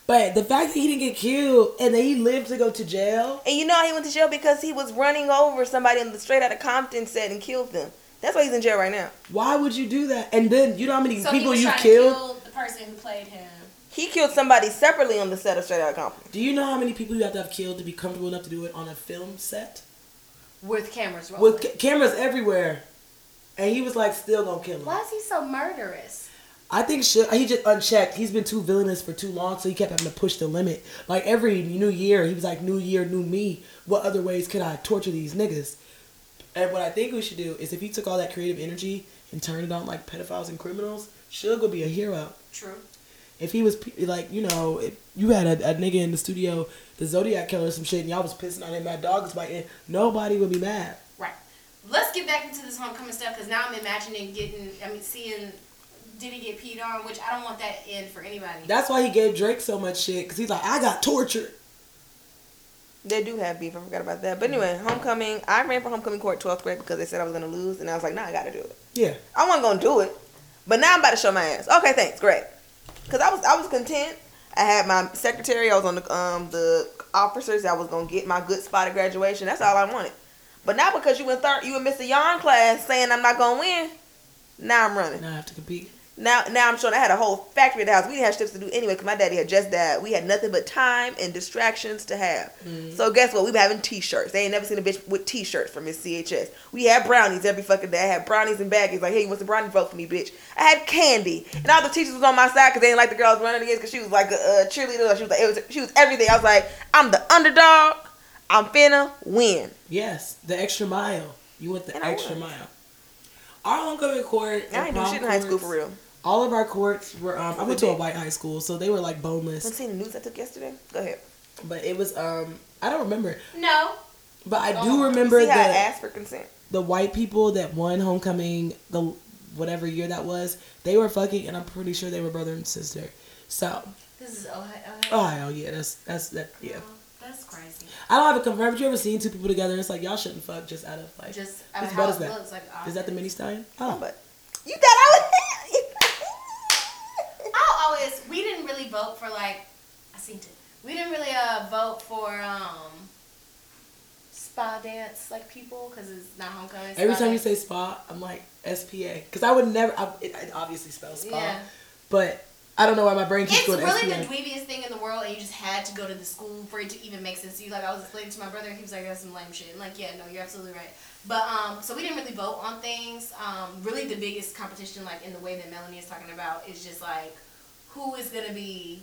D: but the fact that he didn't get killed and that he lived to go to jail.
B: And you know how he went to jail because he was running over somebody in the straight out of Compton set and killed them. That's why he's in jail right now.
D: Why would you do that? And then you know how many
C: So he
D: people
C: was
D: you
C: trying
D: killed?
C: to kill the person who played him.
B: He killed somebody separately on the set of Straight Outta Compton.
D: Do you know how many people you have to have killed to be comfortable enough to do it on a film set
C: With cameras rolling.
D: with ca- cameras everywhere? And he was like, still gonna kill him.
C: Why is he so murderous?
D: I think Suge, he just unchecked. He's been too villainous for too long, so he kept having to push the limit. Like every new year, he was like, "New year, new me. What other ways could I torture these niggas?" And what I think we should do is, if he took all that creative energy and turned it on like pedophiles and criminals, Suge would be a hero.
C: True.
D: If he was pe- like, you know, if you had a, a nigga in the studio, the Zodiac killer or some shit, and y'all was pissing on him, my dog was biting, nobody would be mad.
C: Right. Let's get back into this homecoming stuff because now I'm imagining getting, I mean, seeing Diddy get peed on, which I don't want that in for anybody.
D: That's why he gave Drake so much shit, cause he's like, "I got tortured."
B: They do have beef. I forgot about that. But anyway, homecoming. I ran for homecoming court 12th grade because they said I was gonna lose, and I was like, Nah, I gotta do it.
D: Yeah.
B: I wasn't gonna do it, but now I'm about to show my ass. Okay, thanks, great. Cause I was I was content. I had my secretary. I was on the um the officers. I was gonna get my good spot at graduation. That's all I wanted. But now because you in third, you in Mr. Yarn class saying I'm not gonna win. Now I'm running.
D: Now I have to compete.
B: Now now I'm showing I had a whole factory at the house. We didn't have shifts to do anyway because my daddy had just died. We had nothing but time and distractions to have. So guess what? We been having t-shirts. They ain't never seen a bitch with t-shirts from Miss CHS. We had brownies every fucking day. I had brownies and baggies. Like, hey, you want some brownies? Vote for me, bitch. I had candy. And all the teachers was on my side because they didn't like the girls running against because she was like a, a cheerleader. She was, like, it was, she was everything. I was like, I'm the underdog. I'm finna win.
D: Yes, the extra mile. You went the
B: And I
D: extra
B: won.
D: mile. Our homecoming court.
B: I ain't
D: and
B: do
D: prom
B: shit in high school
D: courts,
B: for real.
D: All of our courts were. Um, I went to a white high school, so they were like
B: Let's
D: boneless.
B: see the news I took yesterday. Go ahead.
D: But it was. Um, I don't remember,
C: No.
D: but I
C: Oh,
D: do
C: you
D: remember
B: See how I
D: that
B: asked for consent?
D: the white people that won homecoming the whatever year that was, they were fucking, and I'm pretty sure they were brother and sister. So,
C: This is Ohio.
D: oh hell yeah, that's that's that yeah.
C: Oh, That's crazy.
D: I don't have it confirmed. But you ever seen two people together? It's like y'all shouldn't fuck just out of like.
C: Just I mean,
D: Whose
C: how
D: butt
C: it
D: is that?
C: looks like.
D: is that the mini stallion?
B: Oh,
D: Oh,
B: but you thought I was.
C: I always we didn't really vote for like I seen it. We didn't really uh, vote for um spa dance like people because it's not homecoming. it's
D: Every
C: spa
D: time you
C: dance.
D: say spa, I'm like SPA because I would never. I, it, it obviously spells spa,
C: Yeah.
D: but I don't know why my brain keeps
C: It's
D: going
C: really the
D: SPA.
C: dweebiest thing in the world, and you just had to go to the school for it to even make sense to you. Like I was explaining to my brother, he was like, "That's some lame shit." And like, yeah, no, you're absolutely right. But um, so we didn't really vote on things. Um, really, the biggest competition, like in the way that Melanie is talking about, is just like who is gonna be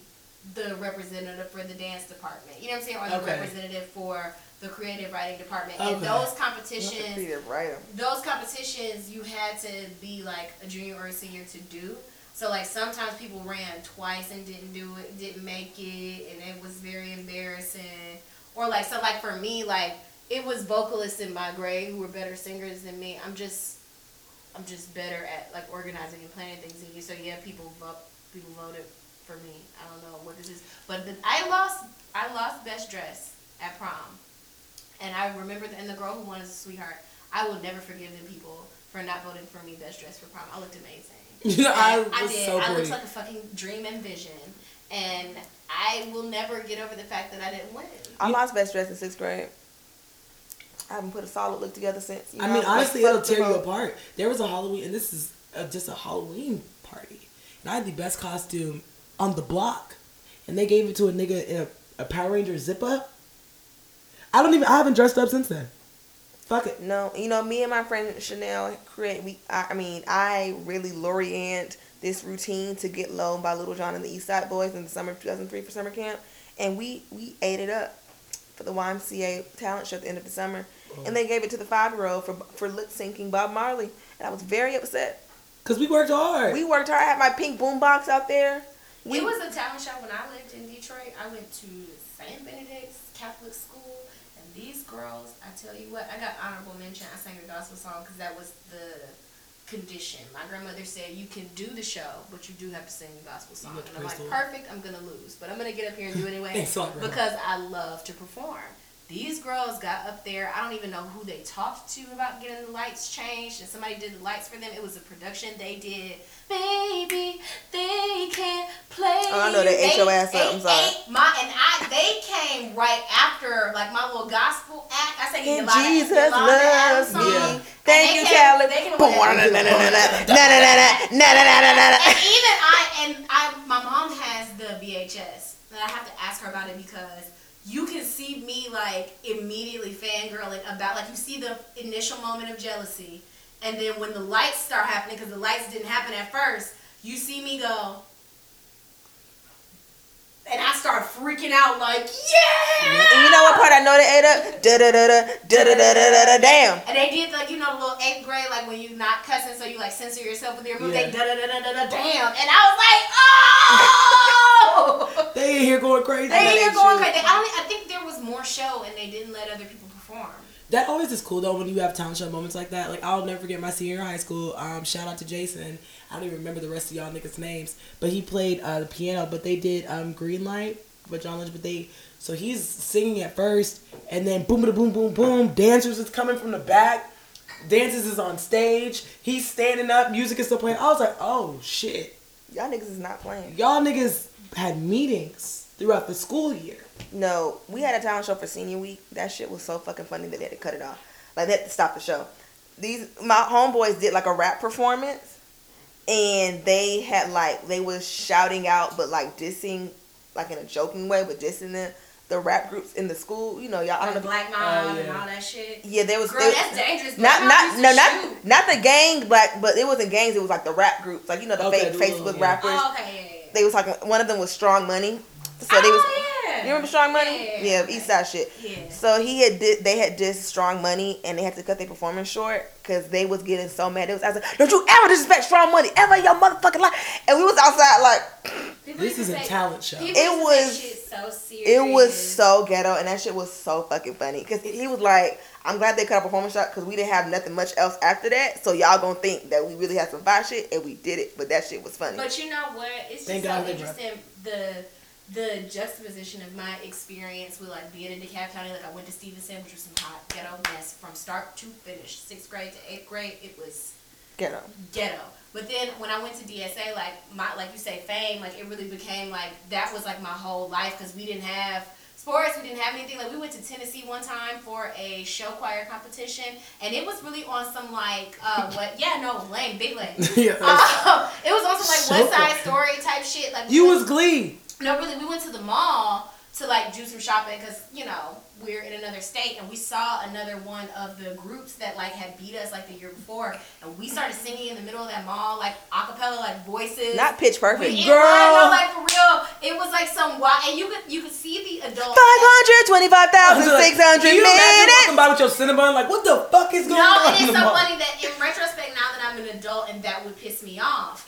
C: the representative for the dance department. You know what I'm saying? Or the
D: Okay.
C: representative for the creative writing department. And
D: Okay.
C: those
B: Look at
C: competitions,
B: Peter Wright.
C: those competitions you had to be like a junior or a senior to do. So like sometimes people ran twice and didn't do it, didn't make it, and it was very embarrassing. Or like so like for me like it was vocalists in my grade who were better singers than me. I'm just I'm just better at like organizing and planning things than you. So yeah, people vote people voted for me. I don't know what this is, but the, I lost I lost best dress at prom. And I remember, the, and the girl who won is a sweetheart. I will never forgive them people for not voting for me best dress for prom. I looked amazing.
D: You know, I
C: And
D: was so
C: I looked
D: pretty.
C: like a fucking dream and vision. And I will never get over the fact that I didn't win.
B: I lost best dress in sixth grade. I haven't put a solid look together since. you
D: I
B: know,
D: mean,
B: like,
D: honestly,
B: fuck
D: it'll
B: the
D: tear you
B: vote.
D: apart. There was a Halloween, and this is uh just a Halloween party, and I had the best costume on the block, and they gave it to a nigga in a, a Power Ranger zip up. I don't even. I haven't dressed up since then. Fuck it.
B: No, you know, me and my friend Chanel create. We, I, I mean, I really orient this routine to get low by Little John and the East Side Boys in the summer of 2003 for summer camp, and we we ate it up for the YMCA talent show at the end of the summer,
D: Oh.
B: and they gave it to the five year old for for lip syncing Bob Marley, and I was very upset.
D: Cause we worked hard.
B: We worked hard. I had my pink boombox out there. We
C: it was a talent show when I lived in Detroit. I went to St. Benedict's Catholic School, and these girls, I tell you what, I got honorable mention. I sang a gospel song because that was the condition. My grandmother said, You can do the show, but you do have to sing a gospel song.
D: got to
C: And I'm
D: praise
C: like,
D: the Lord.
C: Perfect, I'm going to lose, but I'm going to get up here and do it anyway
D: Thanks a lot, Grandma.
C: because I love to perform. These girls got up there. I don't even know who they talked to about getting the lights changed, and somebody did the lights for them. It was a production they did. Baby, they can't play.
B: Oh, I know they ate
C: They-
B: your ass up.
C: they
B: I'm sorry.
C: ate My and I, they came right after like my little gospel act. I sang
B: And
C: Yolanda,
B: Jesus
C: Yolanda
B: loves
C: Adams
B: me.
C: song.
B: Thank you,
C: And they came-
B: Cali.
C: they came up with that. And
B: Ba-na-na-na-na-na-na-na-na-na-na-na-na-na-na.
C: even I and I, my mom has the VHS, and I have to ask her about it because you can see me like immediately fangirling about like you see the initial moment of jealousy, and then when the lights start happening because the lights didn't happen at first, you see me go. And I start freaking out like, yeah!
B: And you know what part I know they ate up? Da da da da da da da da da. Damn.
C: And they did like you know the little eighth grade like when you not cussing so you like censor yourself with your move. They
D: Yeah.
C: da da da da da da damn. And I was like, oh.
D: They in here going crazy.
C: they
B: know
C: didn't
B: they
C: go
B: shoot.
C: crazy. I only I think there was more show and they didn't let other people perform.
D: That always is cool though when you have talent show moments like that. Like I'll never forget my senior year of high school. Um, shout out to Jason. I don't even remember the rest of y'all niggas' names, but he played uh, the piano. But they did um, Green Light with John Lynch. But they so he's singing at first, and then boom, boom, boom, boom, boom. Dancers is coming from the back. Dances is on stage. He's standing up. Music is still playing. I was like, oh shit,
B: Y'all niggas is not playing.
D: y'all niggas had meetings throughout the school year.
B: No, we had a talent show for senior week. That shit was so fucking funny that they had to cut it off. Like they had to stop the show. These my homeboys did like a rap performance, and they had like they was shouting out, but like dissing, like in a joking way, but dissing the the rap groups in the school. You know, y'all. I
C: Like
B: don't
C: the
B: know.
C: black mom
D: Oh, yeah.
C: and all that shit.
B: Yeah, there was.
C: Girl,
B: there-
C: that's dangerous.
B: not
C: Black
B: not
C: moms
B: no
C: used to
B: not
C: shoot.
B: not the gang black but it wasn't gangs it was like the rap groups like you know the
D: Okay,
B: fake
D: the little-
B: Facebook
D: yeah.
B: rappers
C: Oh, okay.
B: they was talking one of them was Strong Money so they was
C: oh, yeah.
B: you remember Strong Money
C: Yeah.
B: yeah, East Side shit
C: Yeah.
B: so he had did they had dissed Strong Money and they had to cut their performance short because they was getting so mad it was I was like don't you ever disrespect Strong Money ever in your motherfucking life and we was outside like
C: People
D: This
C: used
D: is
C: to
D: a
C: say-
D: talent show.
C: people
B: It
C: used to
B: was-
C: say shit so serious.
B: It was so ghetto, and that shit was so fucking funny. Because he was like, I'm glad they cut a performance shot because we didn't have nothing much else after that. So y'all gonna think that we really had some fire shit, and we did it, but that shit was funny.
C: But you know what? It's
D: Thank
C: just
D: God
C: so
D: they brought-
C: interesting the the juxtaposition of my experience with like being in DeKalb County. Like I went to Stevenson, which was some hot ghetto mess from start to finish, sixth grade to eighth grade. It was
B: ghetto.
C: ghetto. But then when I went to DSA, like my like you say fame, like it really became like that was like my whole life because we didn't have sports, we didn't have anything. Like we went to Tennessee one time for a show choir competition, and it was really on some like uh, what? Yeah, no, lame, big lame.
D: yeah.
C: Um, it was also like
D: So
C: West Side Story type shit. Like we
D: You
C: went-
D: was Glee.
C: no, really, we went to the mall to like do some shopping because you know we're in another state, and we saw another one of the groups that like had beat us like the year before, and we started singing in the middle of that mall like acapella, like voices.
B: Not pitch perfect.
C: we,
D: Girl.
C: It, I know, like for real, it was like some wild, and you could you could see the adults.
D: Can
B: 525,600
D: you imagine
B: minutes.
D: walking by with your Cinnabon? Like, what the fuck is going
C: No,
D: on?
C: it
D: in
C: is
D: the
C: so
D: mall?
C: funny that in retrospect, now that I'm an adult, and that would piss me off.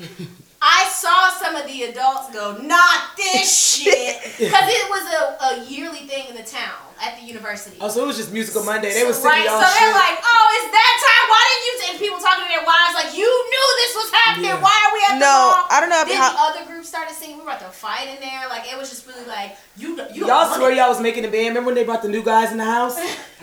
C: I saw some of the adults go, not this shit, because it was a, a yearly thing in the town at the university.
D: Oh, so it was just musical Monday. They was sick
C: right,
D: of y'all
C: so they're
D: shit.
C: like, "Oh, it's that time? Why didn't you?" And people talking to their wives like, "You knew this was happening.
D: Yeah.
C: Why are we at the
B: No,
C: mall?"
B: I don't know
C: Then
B: how.
C: the other group started singing. We were about to fight in there. Like it was just really like you. you
D: y'all
C: don't
D: swear
C: want it.
D: y'all was making a band. Remember when they brought the new guys in the house?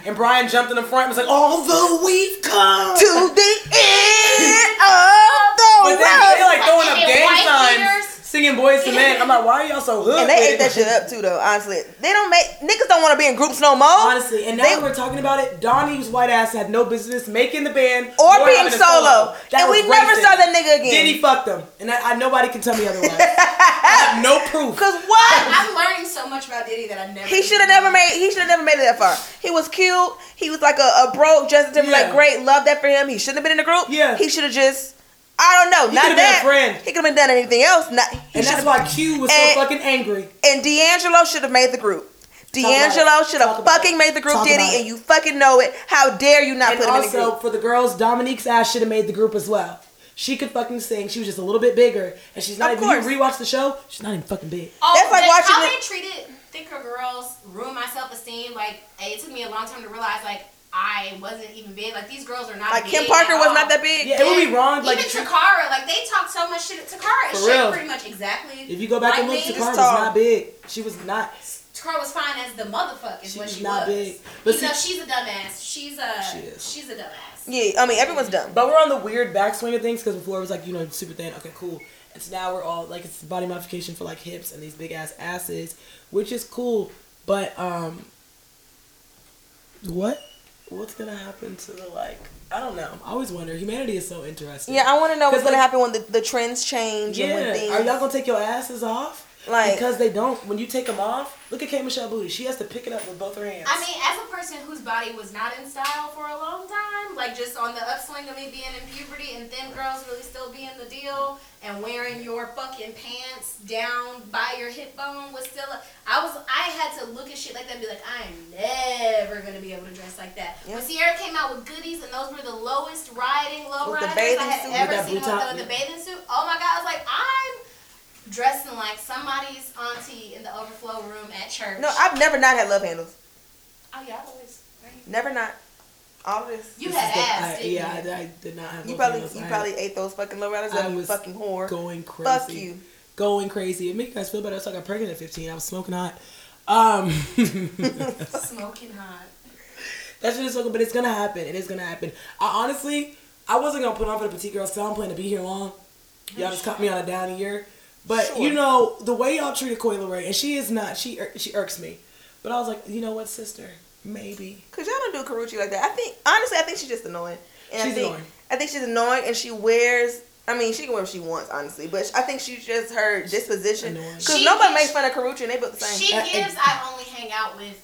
D: And Brian jumped in the front and was like, although we've come.
B: To the end of the
D: But then they
B: road.
D: like throwing up
C: And
D: gang
C: white
D: signs.
C: leaders.
D: singing boys to men. I'm like, why are y'all so hood?
B: And they ate that shit up too, though. Honestly, they don't make niggas don't want to be in groups no more.
D: Honestly, and now
B: Oh, They-
D: that we're talking about it, Donnie's white ass had no business making the band
B: or
D: nor
B: being
D: having a
B: solo,
D: That
B: and we
D: was
B: never
D: racist.
B: saw that nigga again.
D: Then he fucked them, and I, I nobody can tell me otherwise. I have no proof.
B: Cause what?
C: I'm learning so much about Diddy that I never.
B: He should have never made. He should have never made it that far. He was cute. He was like a, a broke Justin Timberlake.
D: Yeah.
B: Great, love that for him. He shouldn't have been in the group.
D: Yeah.
B: He should have just. I don't know.
D: He
B: not
D: could've been a
B: that.
D: friend.
B: He could have been done anything else. Not. He
D: And that's
B: should've-
D: why Q was so
B: And-
D: fucking angry.
B: and D'Angelo should have made the group. D'Angelo
D: about it.
B: should have
D: Talk about
B: fucking
D: it.
B: made the group,
D: Talk
B: Diddy,
D: about it.
B: and you fucking know it. How dare you not
D: And
B: put him in the
D: also
B: group?
D: for the girls, Dominique's ass should have made the group as well. She could fucking sing. She was just a little bit bigger, and she's not
B: Of
D: even. You
B: course.
D: rewatch the show, she's not even fucking big.
C: Oh,
B: That's like
C: but
B: watching
C: how
B: the-
C: they treated thicker girls ruined my self esteem. Like it took me a long time to realize like I wasn't even big. Like these girls are not.
B: Like
C: big
B: Kim Parker
C: at
B: was
C: all.
B: not that big.
D: Yeah, it would be wrong. Like
C: Even Takara, like they talk so much shit. Takara is shaped
D: For real.
C: pretty much exactly.
D: if you go back and look,
C: like me.
D: Takara was
B: tall.
D: not big. She was not.
C: Takara was fine as the motherfucker. Is
D: She
C: what
D: was
C: she
D: not
C: was.
D: big. But
C: But you know,
D: see-
C: she's a dumbass. She's a
D: She is.
C: she's a dumbass.
B: Yeah, I mean everyone's dumb.
D: But we're on the weird backswing of things because before it was like you know super thin. Okay, cool. And so now we're all like it's body modification for like hips and these big ass asses, which is cool. But um, what what's gonna happen to the like? I don't know. I always wonder. Humanity is so interesting.
B: Yeah, I want to know what's
D: 'Cause,
B: gonna
D: like-
B: happen when the, the trends change and when things.
D: Yeah. Are y'all gonna take your asses off?
B: Like-
D: because they don't. When you take them off, look at K Michelle Booty. She has to pick it up with both her hands.
C: I mean, as a person whose body was not in style for a long time, like just on the upswing of me being in puberty and thin girls really still being the deal and wearing your fucking pants down by your hip bone was still a, I was I had to look at shit like that and be like, I am never gonna be able to dress like that.
B: Yeah.
C: When Sierra came out with goodies and those were the lowest riding low
B: With the
C: riders I
B: bathing
C: had
B: suit, with
C: ever
D: that
C: seen
D: blue
C: on
D: top,
C: the, the
D: yeah.
C: bathing suit. Oh my god, I was like, I'm dressing like somebody's auntie in the overflow room at church.
B: No, I've never not had love handles.
C: oh yeah, I always
B: Never not. All this.
C: You
D: This
C: had
D: is the-
C: ass,
D: I-
C: didn't
D: yeah,
C: you?
D: I, I did not have.
B: You
D: no
B: probably
D: panels.
B: you
D: I
B: probably ate those fucking low riders
D: I
B: up, you
D: was
B: fucking whore.
D: was going crazy.
B: Fuck you.
D: Going crazy. It made you guys feel better. So I got pregnant at 15. I was smoking hot. Um,
C: Smoking hot.
D: that's just fucking. But it's gonna happen. It is gonna happen. I honestly, I wasn't gonna put on for the petite girl. So I'm planning to be here long. Y'all just caught me on a down year. But
B: Sure.
D: you know the way y'all treated Coyle Ray, and she is not. She ir- she irks me. But I was like, you know what, sister? Maybe.
B: Cause y'all don't do Karuchi like that. I think honestly, I think she's just annoying. And I
D: She's
B: think,
D: annoying.
B: I think she's annoying, and she wears. I mean, she can wear what she wants, honestly. But I think she's just her disposition.
D: annoying.
B: Cause
C: She
B: nobody
C: is-
B: makes fun of Karuchi, and they look the same.
C: She
D: Uh, it-
C: gives. I only hang out with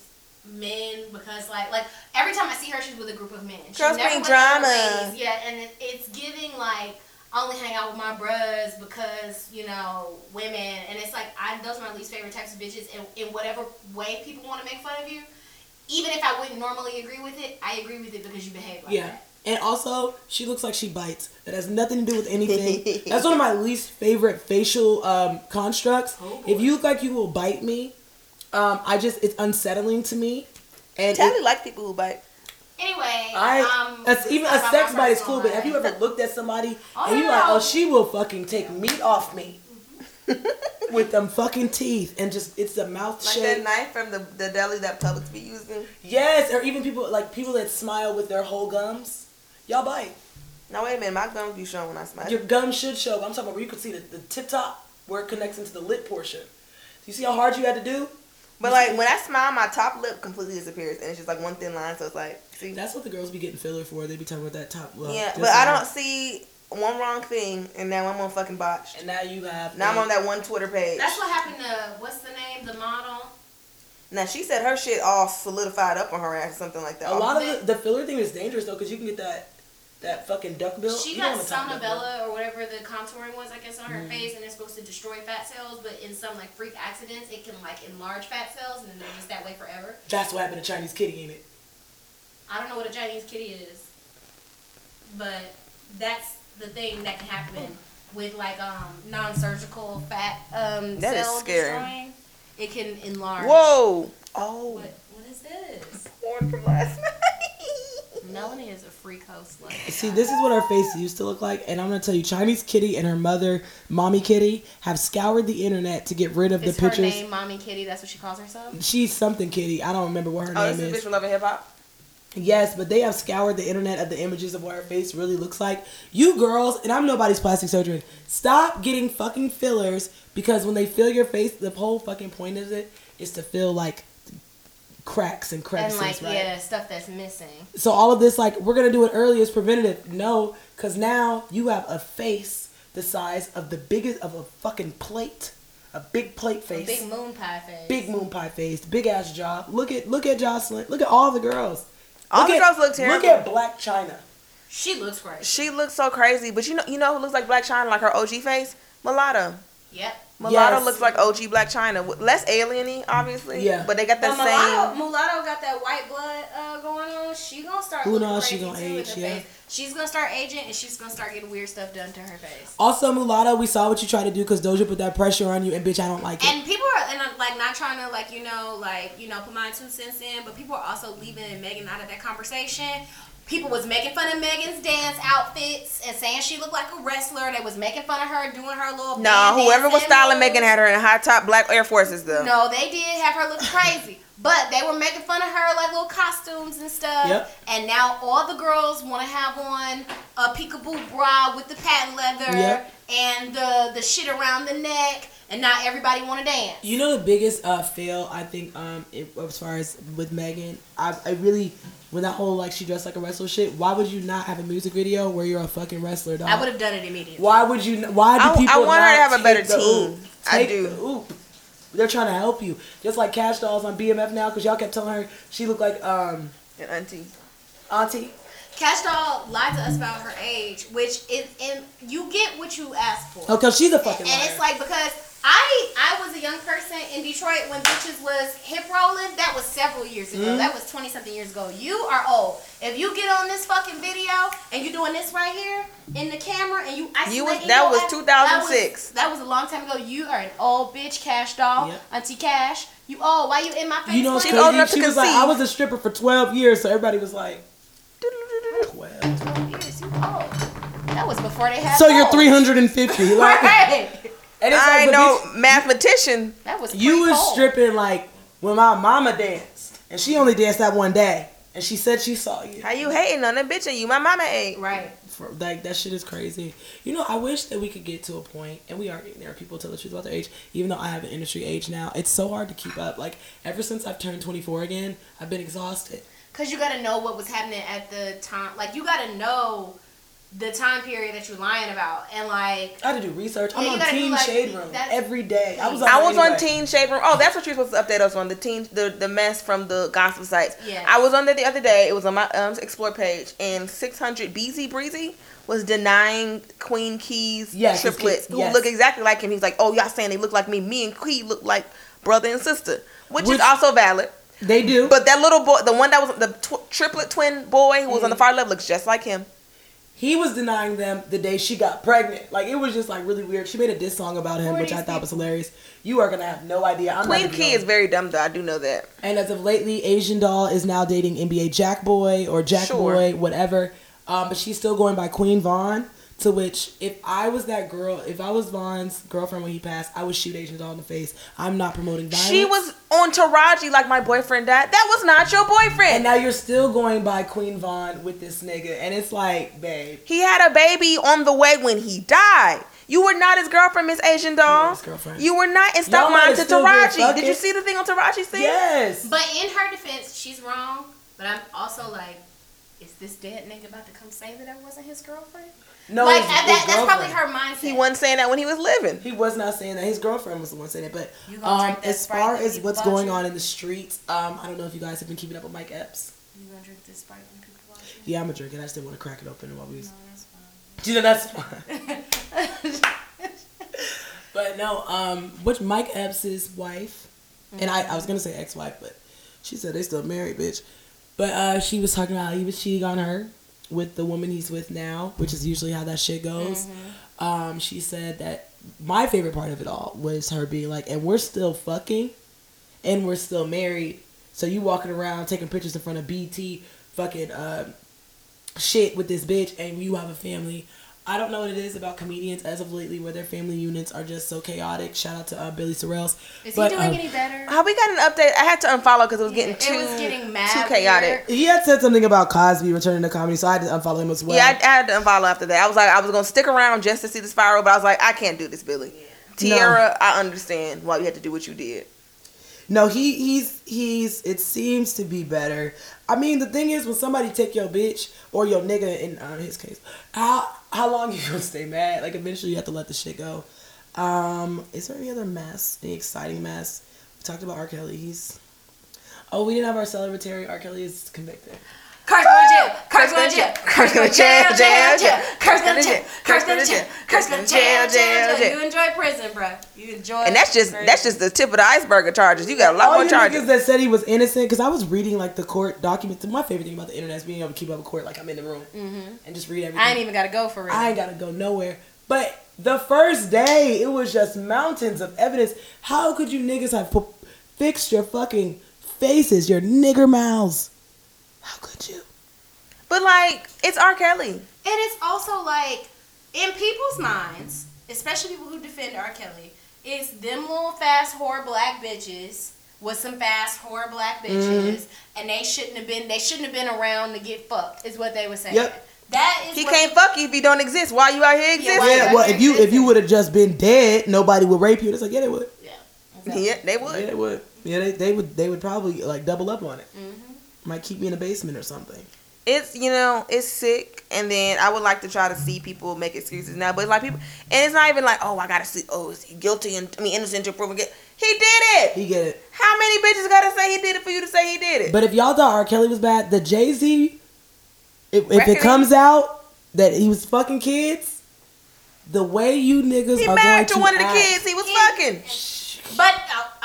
C: men because, like, like every time I see her, she's with a group of men. She's
B: Girls
C: never
B: bring
C: with other
B: drama.
C: ladies. Yeah, and it, it's giving like I only hang out with my bros because you know women, and it's like I those are my least favorite types of bitches. And in whatever way people want to make fun of you, even if I wouldn't normally agree with it, I agree with it because you behave like
D: Yeah.
C: that.
D: And also, she looks like she bites. That has nothing to do with anything. That's one of my least favorite facial um, constructs.
C: Oh, boy.
D: if you look like you will bite me, um, I just it's unsettling to me. And
B: Tally
D: it-
B: like people who bite.
C: Anyway,
D: I
C: um,
D: that's even
C: talk
D: a
C: about
D: sex
C: my
D: bite is
C: personal
D: cool, but have
C: life.
D: you ever looked at somebody
C: Oh,
D: and you're
C: no,
D: like,
C: no.
D: oh, she will fucking take meat off me with them fucking teeth and just it's a mouth
B: Mm-hmm. Like that
D: shape.
B: knife from the, the deli that Publix be using.
D: Yes, or even people like people that smile with their whole gums. Y'all bite.
B: Now wait a minute, my gums be showing when I smile.
D: Your gum should show. but I'm talking about where you can see the, the tip top where it connects into the lip portion. You see how hard you had to do?
B: But like when I smile, my top lip completely disappears, and it's just like one thin line. So it's like, see,
D: That's what the girls be getting filler for. They be talking about that top lip.
B: yeah. But I don't see one wrong thing, and now I'm on fucking botched.
D: And now you have.
B: Now I'm on that one Twitter page.
C: That's what happened to what's the name, the model.
B: Now she said her shit all solidified up on her ass or something like that.
D: A lot of the, the filler thing is dangerous though, because you can get that that fucking duck bill. Mm-hmm.
C: She
D: You don't
C: got
D: wanna talk about that.
C: Sonabella or whatever the contouring was, I guess, on her face, and it's supposed to destroy fat cells. But in some like freak accidents, it can like enlarge fat cells, and then they're just that way forever.
D: That's what happened to Chinese Kitty, ain't it?
C: I don't know what a Chinese kitty is, but that's the thing that can happen
D: Mm-hmm.
C: with like um non-surgical fat um
B: That is
C: cell
B: scary.
C: destroying. It can enlarge.
B: Whoa! Oh,
C: What, what is this?
B: porn from last night.
C: Melanie is a freak host. Like,
D: See, this is what her face used to look like, and I'm gonna tell you, Chinese Kitty and her mother, Mommy Kitty, have scoured the internet to get rid of
C: it's
D: the
C: her
D: pictures.
C: name, Mommy Kitty. That's what she calls herself.
D: She's something Kitty. I don't remember what her
B: oh,
D: name
B: this is
D: is.
B: a bitch from Love and Hip Hop.
D: Yes, but they have scoured the internet of the images of what her face really looks like. You girls, and I'm nobody's plastic surgeon, stop getting fucking fillers because when they fill your face, the whole fucking point of it is to fill like cracks and
C: and
D: crevices,
C: like
D: right?
C: yeah, stuff that's missing.
D: So all of this, like, we're gonna do it early is preventative. No, because now you have a face the size of the biggest of a fucking plate, a big plate face,
C: Big moon pie face.
D: big moon pie face, big ass jaw. Look at look at Jocelyn. Look at all the girls.
B: All
D: look
B: the
D: at,
B: girls look terrible.
D: Look at Black China.
C: She looks great.
B: She looks so crazy, but you know, you know who looks like Black China, like her OG face, Mulatto.
C: Yep.
B: Mulatto
D: Yes.
B: looks like OG Black China, W- less alieny, obviously.
D: Yeah.
B: But they got that
C: But mulatto,
B: same.
C: mulatto got that white blood uh, going on. She gonna start.
D: Who
C: looking
D: knows she
C: crazy
D: gonna
C: too in
D: age,
C: the
D: yeah.
C: Face. She's gonna start aging, and she's gonna start getting weird stuff done to her face.
D: Also, Mulatto, we saw what you tried to do because Doja put that pressure on you, and bitch, I don't like it.
C: And people are and I'm, like not trying to like you know like you know put my two cents in, but people are also leaving Megan out of that conversation. People was making fun of Megan's dance outfits and saying she looked like a wrestler. They was making fun of her doing her little.
B: No,
C: band
B: whoever was
C: dancing
B: styling
C: moves.
B: Megan had her in high top black Air Forces though.
C: No, they did have her look crazy, but they were making fun of her like little costumes and stuff.
D: Yep.
C: And now all the girls want to have on a peekaboo bra with the patent leather
D: Yep.
C: and the the shit around the neck, and not everybody want to dance.
D: You know the biggest uh, fail I think um it, as far as with Megan, I, I really when that whole like she dressed like a wrestler shit. Why would you not have a music video where you're a fucking wrestler? Dog?
C: I would have done it immediately.
D: Why would you? n- Why do
B: I- I
D: people?
B: want her to
D: not
B: have a better
D: take the
B: team.
D: oop?
B: I
D: Take
B: do.
D: the oop. They're trying to help you, just like Cash Dolls on BMF now, because y'all kept telling her she looked like um
B: And auntie.
D: Auntie.
C: Cash Doll lied to us about her age, which is and you get what you ask for.
D: Oh, cause she's a fucking.
C: And
D: liar.
C: it's like because I I was a young person in Detroit when bitches was hip rolling. That was several years ago.
D: Mm-hmm.
C: That was twenty something years ago. You are old. If you get on this fucking video and you doing this right here in the camera and you isolating
B: was- that
C: your
B: was
C: ass-
B: 2006.
C: That was, that was a long time ago. You are an old bitch, Cash doll,
D: Yep.
C: Auntie Cash. You old. Why you in my face?
D: you know what's
C: like-
B: She's
D: crazy?
B: old enough
D: she
B: to
D: was like, I
B: conceive.
D: was a stripper for twelve years, so everybody was like, twelve.
C: Years, you old. That was before they had.
D: So you're
C: phones.
D: three hundred and fifty. Like,
C: Right.
D: and it's
B: I
D: like,
B: ain't
D: but
B: no
D: bitch,
B: mathematician.
C: That was.
D: You was
C: pre-cold.
D: stripping like when my mama danced, and she only danced that one day, and she said she saw you.
B: How you hating on that bitch and you my mama ain't?
C: Right.
D: For, like that shit is crazy. You know, I wish that we could get to a point, and we are getting there. People tell the truth about their age, even though I have an industry age now. It's so hard to keep up. Like ever since I've turned twenty four again, I've been exhausted.
C: Cause you gotta know what was happening at the time. Like you gotta know the time period that you're lying about, and like
D: I had to do research. I'm
C: Yeah, you
D: on
C: gotta do,
D: Teen
C: like,
D: Shade Room
C: that's-
D: every day. I was on.
B: I was on
D: Teen.
B: Teen Shade Room. Oh, that's what you're supposed to update us on the teen, the, the mess from the gossip sites.
C: Yeah.
B: I was on there the other day. It was on my um explore page, and 600 BZ Breezy was denying Queen Key's
D: Yes, his
B: triplets
D: kids,
B: who
D: yes.
B: look exactly like him. He's like, oh, y'all saying they look like me? Me and Key look like brother and sister, which,
D: Which-
B: is also valid.
D: They do.
B: But that little boy, the one that was the tw- triplet twin boy who was
D: Mm.
B: on the far left, looks just like him.
D: he was denying them the day she got pregnant. Like it was just like really weird. She made a diss song about him,
C: Who are
D: which I
C: these
D: thought was hilarious. You are gonna have no idea. I'm not
B: Queen
D: even
B: Key
D: gonna-
B: is very dumb though. I do know that.
D: And as of lately, Asian Doll is now dating NBA Jack Boy or Jack
B: Sure.
D: Boy, whatever. Um, but she's still going by Queen Vaughn. To which, if I was that girl, if I was Vaughn's girlfriend when he passed, I would shoot Asian Doll in the face. I'm not promoting violence.
B: She was on Taraji like my boyfriend died. That was not your boyfriend.
D: And now you're still going by Queen Vaughn with this nigga, and it's like, babe,
B: He had a baby on the way when he died. You were not his girlfriend, Miss Asian
D: not
B: doll.
D: his girlfriend.
B: You were not, and stop
D: Y'all might
B: lying
D: have
B: to
D: still been
B: Taraji. Did
D: fucking.
B: you see the thing on Taraji's thing?
D: yes.
C: but in her defense, she's wrong. But I'm also like, is this dead nigga about to come say that I wasn't his girlfriend?
D: No,
C: like
D: his-
C: that,
D: his
C: that, that's probably
D: girlfriend.
C: her mindset.
B: He wasn't saying that when he was living.
D: He was not saying that. His girlfriend was the one saying it. But
C: You gonna
D: um,
C: drink that
D: as
C: Sprite
D: far
C: that
D: as
C: people
D: what's
C: bought
D: going
C: you?
D: on in the streets, um, I don't know if you guys have been keeping up with Mike Epps.
C: You gonna drink this sprite when people watch you?
D: Yeah, I'm a drink it. I just didn't want to crack it open while we was.
C: No, that's fine.
D: You know that's fine. but no, um, which Mike Epps' wife, Mm-hmm. and I, I was gonna say ex-wife, but she said they still married, bitch. But uh, she was talking about how he was cheating on her with the woman he's with now, which is usually how that shit goes.
C: Mm-hmm.
D: Um, she said that my favorite part of it all was her being like, and we're still fucking, and we're still married. So you walking around taking pictures in front of BT, fucking uh, shit with this bitch and you have a family. I don't know what it is about comedians as of lately where their family units are just so chaotic. Shout out to uh, Billy Sorrells.
C: Is
D: But,
C: he doing
D: um,
C: any better?
B: How we got an update? I had to unfollow because it was getting
C: It
B: too
C: was getting mad
B: too chaotic.
C: weird.
D: He had said something about Cosby returning to comedy, so I had to unfollow him as well.
B: yeah, I, I had to unfollow after that. I was like, I was gonna stick around just to see the spiral, but I was like, I can't do this, Billy. Tiara, I understand why you had to do what you did.
D: No, he he's he's it seems to be better. I mean, the thing is, when somebody take your bitch or your nigga in uh, his case, how how long you gonna stay mad? Like eventually you have to let the shit go. Um, is there any other mess? Any exciting mess? We talked about R. Kelly. He's oh, we didn't have our celebratory. R. Kelly is convicted.
C: Curse going to jail. Curse going to jail.
B: Curse going to jail, jail, jail.
C: Curse going to jail. Curse going to jail. Curse going to jail, jail, jail. You enjoy prison, bruh. You enjoy.
B: And that's just
C: prison.
B: that's just the tip of the iceberg of charges. You got a lot
D: All
B: more
D: you
B: charges.
D: niggas that said he was innocent, because I was reading like the court documents. My favorite thing about the internet is being able to keep up with court, like I'm in the room
B: Mm-hmm.
D: and just read everything.
C: I ain't even got to go for real.
D: I ain't gotta go nowhere. But the first day, it was just mountains of evidence. How could you niggas have pu- fixed your fucking faces, your nigger mouths? How could you?
B: but like, it's R. Kelly.
C: And it's also like in people's minds, especially people who defend R. Kelly, it's them little fast whore black bitches with some fast whore black
B: Mm-hmm.
C: bitches, and they shouldn't have been they shouldn't have been around to get fucked is what they were saying.
D: Yep.
C: That is
B: He
C: what
B: can't fuck you if you don't exist. Why you out here
C: Yeah,
B: existing?
C: why you
D: Yeah,
C: that's
D: well, if you if you
C: existing.
D: would have just been dead, nobody would rape you. It's like yeah, they would.
C: Yeah.
B: Yeah,
C: exactly.
B: they
D: Yeah,
B: would.
D: they would. Yeah, they, they would. They would probably like double up on it. Might keep me in the basement or something.
B: It's you know, it's sick. And then I would like to try to see people make excuses now, but like people, and it's not even like, oh, I gotta see, oh, is he guilty and I mean innocent to proven guilty. He did it.
D: He get it.
B: How many bitches gotta say he did it for you to say he did it?
D: But if y'all thought R. Kelly was bad, the Jay Z, if, if it
B: Reckoning.
D: comes out that he was fucking kids, the way you niggas
B: he
D: are
B: married
D: going to,
B: to one of the
D: act-
B: kids he was
C: He-
B: fucking.
C: But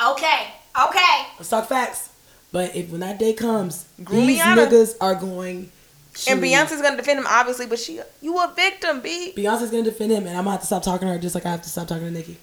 C: uh, okay, okay.
D: Let's talk facts. But if when that day comes,
B: Groom
D: these
B: Rihanna.
D: niggas are going. To,
B: And Beyonce's gonna defend him, obviously, but she, you a victim, B.
D: Beyonce's gonna defend him, and I'm gonna have to stop talking to her just like I have to stop talking to Nicki.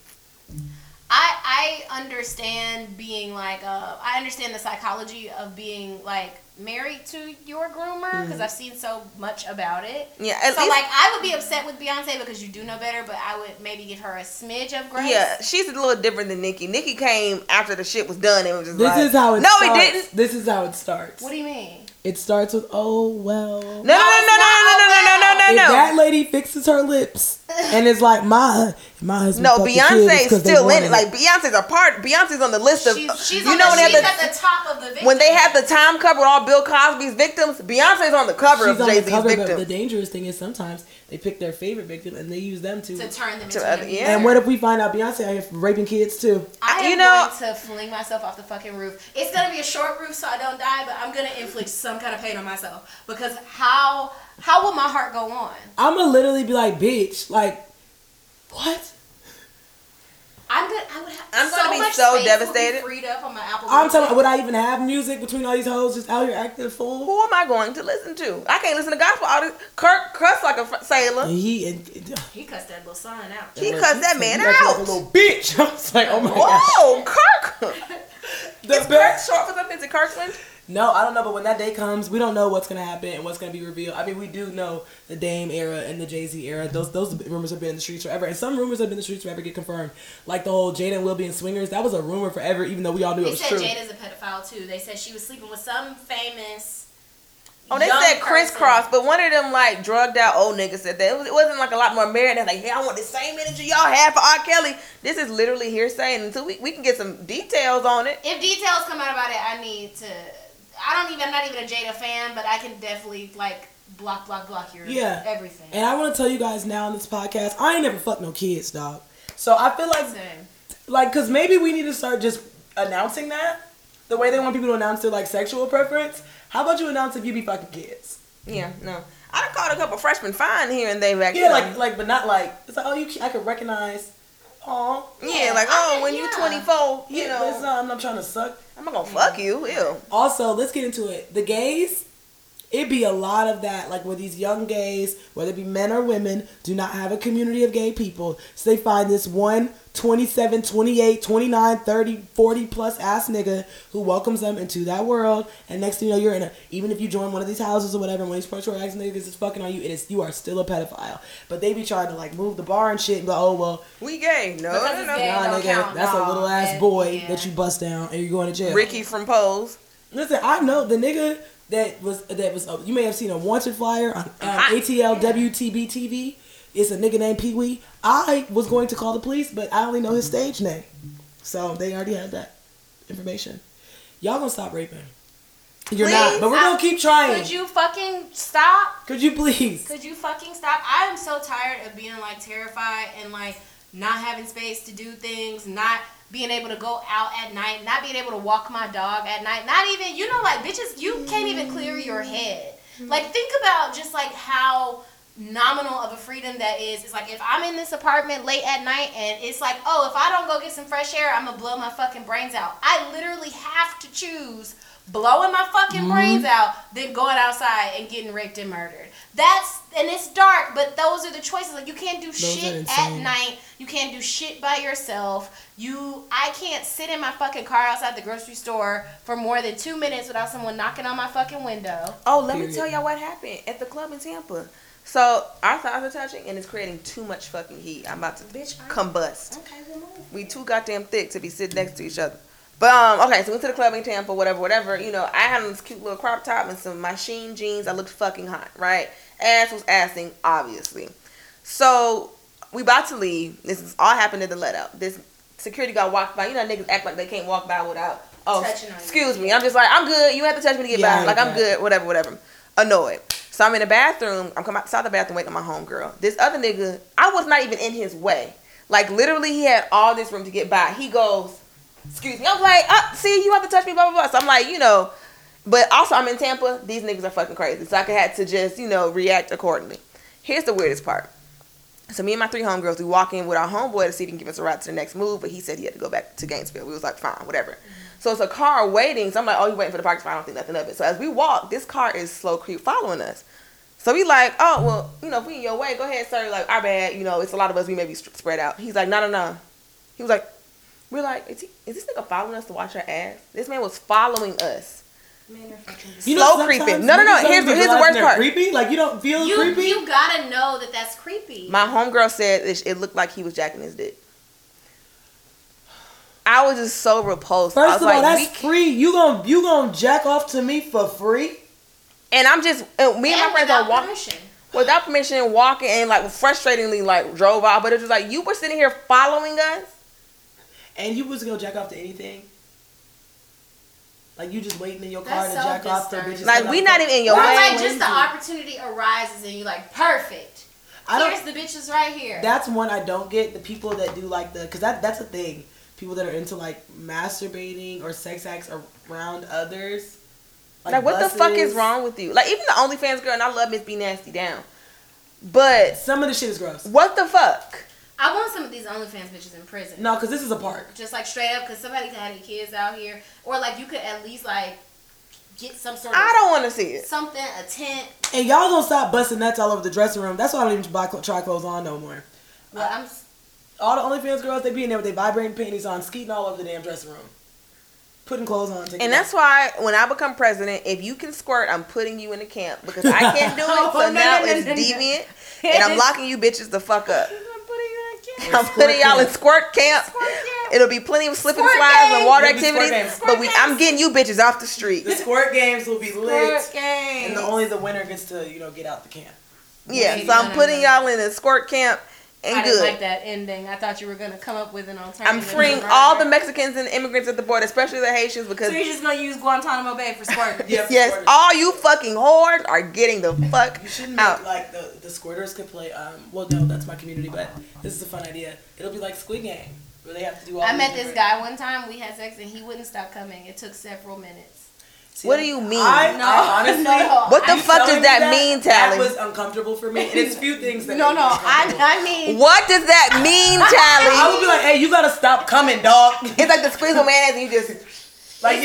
C: I I understand being like uh, I understand the psychology of being like married to your groomer because I've seen so much about it.
B: Yeah, Mm-hmm. at
C: so
B: least-
C: like I would be upset with Beyonce because you do know better, but I would maybe give her a smidge of grace.
B: Yeah, she's a little different than Nikki. Nikki came after the shit was done and was just
D: This
B: like,
D: is how it.
B: no,
D: starts.
B: it didn't.
D: This is how it starts.
C: What do you mean?
D: It starts with oh well.
B: No, no,
C: No, it's
B: no, no,
C: not.
B: no, no, no, no, no,
D: if
B: no,
D: that
B: no.
D: lady fixes her lips and it's like my my husband.
B: No,
D: fucked the kid, it's 'cause
B: Beyonce's
D: they
B: still in
D: wanted
B: it. Like Beyonce's a part. Beyonce's on the list of.
C: She's, she's
B: you
C: on
B: know
C: the,
B: when they
C: she's
B: have the
C: at the top of the victim.
B: when they have the time cover with all Bill Cosby's victims. Beyonce's on the cover
D: she's
B: of
D: on
B: Jay
D: the
B: Z's
D: cover, but the
B: victims.
D: dangerous thing is sometimes they pick their favorite victim and they use them to.
C: to turn them
B: To
C: into
B: other-
C: an
B: yeah.
C: abuser.
D: and what if we find out Beyonce out here raping kids too?
C: I am
B: You know-
C: going to fling myself off the fucking roof. It's gonna be a short roof so I don't die, but I'm gonna inflict some kind of pain on myself because how how will my heart go on?
D: I'm gonna literally be like, bitch, like, what?
C: I'm gonna I would have
B: I'm
C: so
B: gonna be
C: much
B: so
C: space will be
B: devastated.
C: freed up on my Apple.
D: I'm
C: Music.
D: telling. Would I even have music between all these hoes just out here acting a fool?
B: Who am I going to listen to? I can't listen to gospel. All this Kirk cuss like a fr- sailor.
D: And he and
C: He cussed that little son out.
B: He cussed that man
D: He acted like
B: out.
D: a little bitch. I was like, oh my god.
B: Whoa, Kirk.
D: The
B: Is Kirk short for something? Is it Kirkland?
D: No, I don't know, but when that day comes, we don't know what's gonna happen and what's gonna be revealed. I mean, we do know the Dame era and the Jay Z era. Those those rumors have been in the streets forever, and some rumors have been in the streets forever get confirmed. Like the whole Jada and Will being swingers, that was a rumor forever, even though we all knew it
C: They
D: was
C: said
D: true.
C: Jada's a pedophile too. They said she was sleeping with some famous.
B: Oh, they
C: young
B: said
C: person.
B: crisscross, but one of them like drugged out old niggas said that. It, was, it wasn't like a lot more merit. They're like, hey, I want the same energy y'all had for R. Kelly. This is literally hearsay, and until we, we can get some details on it.
C: If details come out about it, I need to. I don't even. I'm not even a Jada fan, but I can definitely like block, block, block your
D: Yeah.
C: everything.
D: And I want to tell you guys now on this podcast, I ain't never fucked no kids, dog. So I feel like
C: Same.
D: like because maybe we need to start just announcing that the way they want people to announce their like sexual preference. How about you announce if you be fucking kids?
B: Yeah, no. I done called a couple freshmen fine here and they back.
D: Yeah,
B: you
D: like
B: know.
D: like, but not like it's like oh you ca- I could recognize. Oh,
B: yeah, like oh, when you
C: yeah.
B: 24, you
D: yeah,
B: know,
D: but uh, um, it's not. I'm not trying to suck.
B: I'm not gonna fuck you. Ew.
D: Also, let's get into it. The gays, it be a lot of that, like where these young gays, whether it be men or women, do not have a community of gay people. So they find this one 27, 28, 29, 30, 40 plus ass nigga who welcomes them into that world. And next thing you know, you're in a, even if you join one of these houses or whatever, and one of these pro ass niggas is fucking on you, it is, you are still a pedophile. But they be trying to like move the bar and shit and go, oh, well,
B: We gay. No,
C: Because
B: no,
C: it's
B: no.
C: gay.
D: nah,
C: don't
D: nigga,
C: count,
D: that's a
C: no.
D: little ass
C: And-
D: boy
C: Oh, yeah.
D: that you bust down and you're going to jail.
B: Ricky from Pose.
D: Listen, I know the nigga that was that was uh, you may have seen a wanted flyer on uh,
B: Hot.
D: ATL WTB TV. It's a nigga named Pee Wee. I was going to call the police, but I only know his stage name, so they already had that information. Y'all gonna stop raping? You're not,
C: Please,
D: but we're gonna
C: I-
D: keep trying.
C: Could you fucking stop?
D: Could you please?
C: Could you fucking stop? I am so tired of being like terrified and like not having space to do things, not being able to go out at night, not being able to walk my dog at night, not even you know like bitches, you can't even clear your head. Like think about just like how nominal of a freedom that is. It's like if I'm in this apartment late at night and it's like, oh, if I don't go get some fresh air, I'm gonna blow my fucking brains out. I literally have to choose blowing my fucking
D: Mm-hmm.
C: brains out than going outside and getting raped and murdered. That's and it's dark, but those are the choices. Like you can't do
D: are
C: shit at
D: insane.
C: night. You can't do shit by yourself. You I can't sit in my fucking car outside the grocery store for more than two minutes without someone knocking on my fucking window.
B: Oh, let
D: Period.
B: me tell y'all what happened at the club in Tampa. So our thighs are touching, and it's creating too much fucking heat. I'm about to
C: Bitch, I-
B: combust.
C: Okay, we'll move.
B: We too goddamn thick to be sitting next to each other. But um, okay, so we went to the club in Tampa, whatever, whatever. You know, I had on this cute little crop top and some my sheen jeans. I looked fucking hot, right? Ass was assing, obviously. So we about to leave. This is all happened at the let out. This security guard walked by. You know, niggas act like they can't walk by without. Oh,
C: Touching on you.
B: excuse me. I'm just like, I'm good. You have to touch me to get
D: Yeah,
B: by. Like I'm
D: right.
B: good. Whatever, whatever. Annoyed. So I'm in the bathroom. I'm coming outside the bathroom waiting on my homegirl. This other nigga, I was not even in his way. Like literally, he had all this room to get by. He goes, excuse me. I'm like, uh, see, you have to touch me, blah blah blah. So I'm like, you know, but also I'm in Tampa. These niggas are fucking crazy. So I had to just, you know, react accordingly. Here's the weirdest part. So me and my three homegirls, we walk in with our homeboy to see if he can give us a ride to the next move, but he said he had to go back to Gainesville. We was like, fine, whatever. So it's a car waiting. So I'm like, oh, you waiting for the parking spot? I don't think nothing of it. So as we walk, this car is slow creep following us. So we like, oh well, you know, if we in your way, go ahead, sir. Like our bad, you know, it's a lot of us. We may be st- spread out. He's like, no, no, no. He was like, we're like, is, he, is this nigga following us to watch our ass? This man was following us.
C: Men are fucking
D: You
B: Slow
D: sometimes
B: creeping. No, no, no,
D: niggas don't
B: here's the-
D: even
B: here's the
D: realize
B: worst
D: they're
B: part.
D: Creepy? Like you don't feel
C: You
D: creepy?
C: you gotta know that that's creepy.
B: My homegirl said it, it looked like he was jacking his dick. I was just so repulsed. I was
D: First of
B: like,
D: all, that's
B: we c-
D: free. You gon' you gon' jack off to me for free?
B: and I'm just and me and, my
C: and
B: friends are
C: without
B: walking.
C: permission.
B: without permission, walking and like frustratingly like drove off. But it was just like you were sitting here following us.
D: and you was gonna jack off to anything. Like you just waiting in your car
C: That's
D: to
C: so
D: jack off to
C: disturbing.
D: bitches.
B: Like we not even in your
C: Or
D: Why
B: way.
D: am
C: like just the
D: lazy.
C: opportunity arises and you're like, perfect.
D: I
C: Here's
D: don't.
C: the bitches right here.
D: That's one I don't get. The people that do like the because that that's a thing. People that are into like masturbating or sex acts around others.
B: Like what the fuck is
D: buses.
B: wrong with you? Like even the OnlyFans girl and I love Miss B Nasty down, but
D: Some of the shit is gross.
B: what the fuck?
C: I want some of these OnlyFans bitches in prison.
D: No, because this is a park.
C: Just like straight up, because somebody could have their kids out here, or like you could at least like get some sort of
B: I don't want to see it.
C: something, a tent.
D: And y'all gonna stop busting nuts all over the dressing room. That's why I don't even buy cl- try clothes on no more.
C: Well, I'm s-
D: All the OnlyFans girls, they be in there with their vibrating panties on, skeeting all over the damn dressing room, putting clothes on. taking
B: And
D: off.
B: that's why when I become president, if you can squirt, I'm putting you in the camp because I can't do it.
C: Oh,
B: so
C: no,
B: now
C: no, no,
B: it's
C: no, no.
B: deviant, and I'm locking you bitches the fuck up. I'm
D: Squirt
B: putting y'all in
D: camp.
B: squirt camp.
C: camp.
B: It'll be plenty of slip and
C: Squirt
B: slides and
C: game.
B: water
D: It'll be squirt
B: activities,
D: game.
B: but we, I'm getting you bitches off the street.
D: The squirt games will be lit, and
B: game.
D: the, only the winner gets to you know get out the camp.
B: Yeah,
C: Yeah,
B: so
C: no,
B: I'm
C: no,
B: putting
C: no.
B: y'all in a squirt camp
C: I
B: and
C: didn't
B: good.
C: like that ending. I thought you were gonna come up with an alternative.
B: I'm freeing
C: murder.
B: all the Mexicans and immigrants at the border, especially the Haitians, because
C: So you're just gonna use Guantanamo Bay for squirt.
D: Yeah, for
B: yes,
D: squirt.
B: all you fucking whores are getting the fuck
D: You shouldn't make,
B: out.
D: like the the squirters could play. Um, well, no, that's my community, but this is a fun idea. It'll be like Squid Game, where they have to do all.
C: I
D: these
C: met this
D: different-
C: guy one time. We had sex and he wouldn't stop coming. It took several minutes.
D: See,
B: What do you mean?
D: I,
C: No,
D: I Oh, honestly,
C: no.
B: What the
D: you
B: fuck
D: telling
B: does
D: me
B: that mean, Tally?
D: That was uncomfortable for me. And it's few things that.
C: No,
D: make
C: no,
D: me
C: I,
D: uncomfortable.
C: I mean,
B: What does that mean,
D: I
B: Tally?
D: would be like, hey, you gotta stop coming, dog.
B: It's like the squeeze of mayonnaise and you just
D: Like,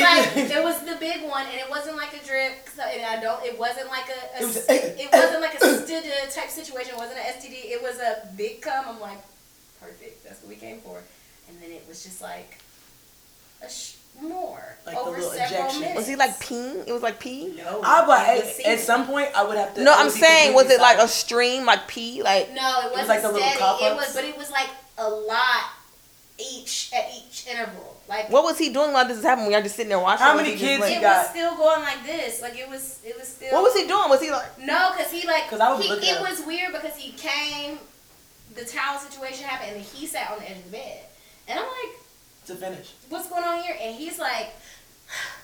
C: it's like it was the big one, and it wasn't like a drip. So, and I don't. It wasn't like a. a
D: It was-
C: s- it wasn't like a STD type situation. It wasn't an STD. It was a big cum. I'm like, perfect. That's what we came for. And then it was just like a sh- more
D: Like the
C: over
D: little
C: several
D: injection.
C: minutes.
B: Was he like peeing? It was like pee.
C: No.
D: I'm
C: it was
D: like, at,
C: semen.
D: at some point, I would have to.
B: No,
D: I
B: I'm
D: would be
B: saying was it
D: completely
B: like a
D: silent.
B: stream, like pee, like
C: No, it wasn't
D: like the little
C: steady. It
D: pop-ups?
C: was, but it was like a lot each at each interval. Like
B: what was he doing while this is happening? When y'all just sitting there watching?
D: How
B: Was
D: many
B: he just,
D: kids
B: like-
D: you
C: it
D: got?
C: was still going like this. Like it was. It was still.
B: what was he doing? Was he like?
C: No, because he like
D: 'Cause I would be
C: he,
D: looking
C: it
D: at-
C: was weird because he came, the towel situation happened, and then he sat on the edge of the bed, and I'm like,
D: to finish.
C: what's going on here? And he's like,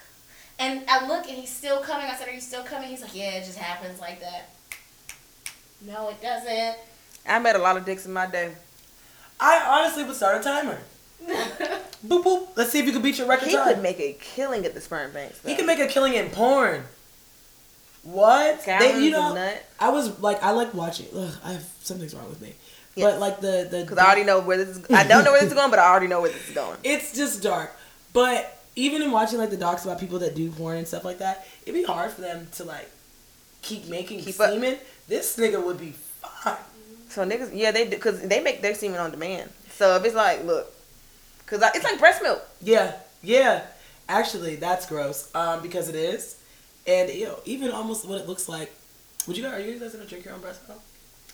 C: and I look, and he's still coming. I said, are you still coming? He's like, yeah, it just happens like that. No, it doesn't.
B: I met a lot of dicks in my day.
D: I honestly would start a timer. boop boop. Let's see if you can beat your record
B: He
D: time.
B: could make a killing at the sperm banks.
D: he can make a killing in porn. What? They, you know,
B: nut.
D: I was like, I like watching. Ugh, I have something's wrong with me,
B: Yes.
D: but like the the
B: Because I already know where this is. I don't know where this is going, but I already know where this is going.
D: it's just dark. But even in watching like the docs about people that do porn and stuff like that, it'd be hard for them to like keep making
B: Keep up.
D: semen. This nigga would be fine.
B: So niggas, yeah, they do because they make their semen on demand. So if it's like, look, because it's like breast milk.
D: Yeah, yeah. Actually, that's gross. Um, because it is, and you know, even almost what it looks like. Would you guys? Are you guys gonna drink your own breast milk?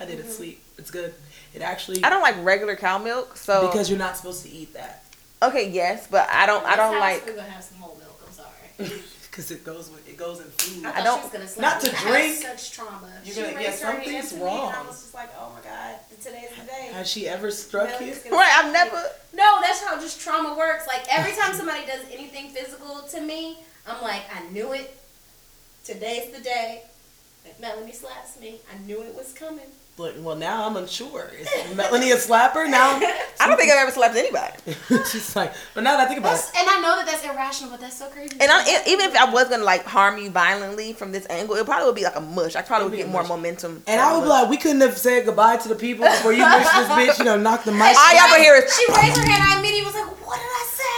D: I did. It's sweet. It's good. It actually
B: Mm-hmm. I don't like regular cow milk. So
D: because you're not supposed to eat that
B: okay, yes, but I don't. I don't
C: We're
B: like.
C: gonna have some whole milk. I'm sorry.
D: because it goes with it goes in food.
C: I,
B: I
C: thought
B: don't-
C: She was gonna slap
D: not
C: me.
D: to
C: I had
D: drink.
C: Such trauma.
D: You're
C: She
D: gonna- yeah,
C: raised her hand
D: something's
C: to me, and I
D: wrong.
C: was just like, oh my god, today's the day.
D: Has she ever struck you?
C: Milk's gonna
B: Right, I've
C: slap me.
B: never.
C: No, that's how just trauma works. Like every time somebody does anything physical to me, I'm like, I knew it. Today's the day. that Melanie slaps me. I knew it was coming.
D: Look, well now I'm unsure. Is Melanie a slapper now?
B: I don't think I've ever slapped anybody.
D: She's like, but now that I think about
C: That's,
D: it,
C: and I know that that's irrational, but that's so crazy.
B: And I, and even if I was gonna like harm you violently from this angle, it probably would be like a mush. I probably
D: It'd
B: would
D: be
B: get
D: a
B: more
D: mush.
B: momentum. from
D: and I would
B: a
D: be
B: mush.
D: like, we couldn't have said goodbye to the people before you pushed this bitch, you know, knock the mic.
B: All y'all gonna hear is,
C: she raised her hand. I immediately was like, "What did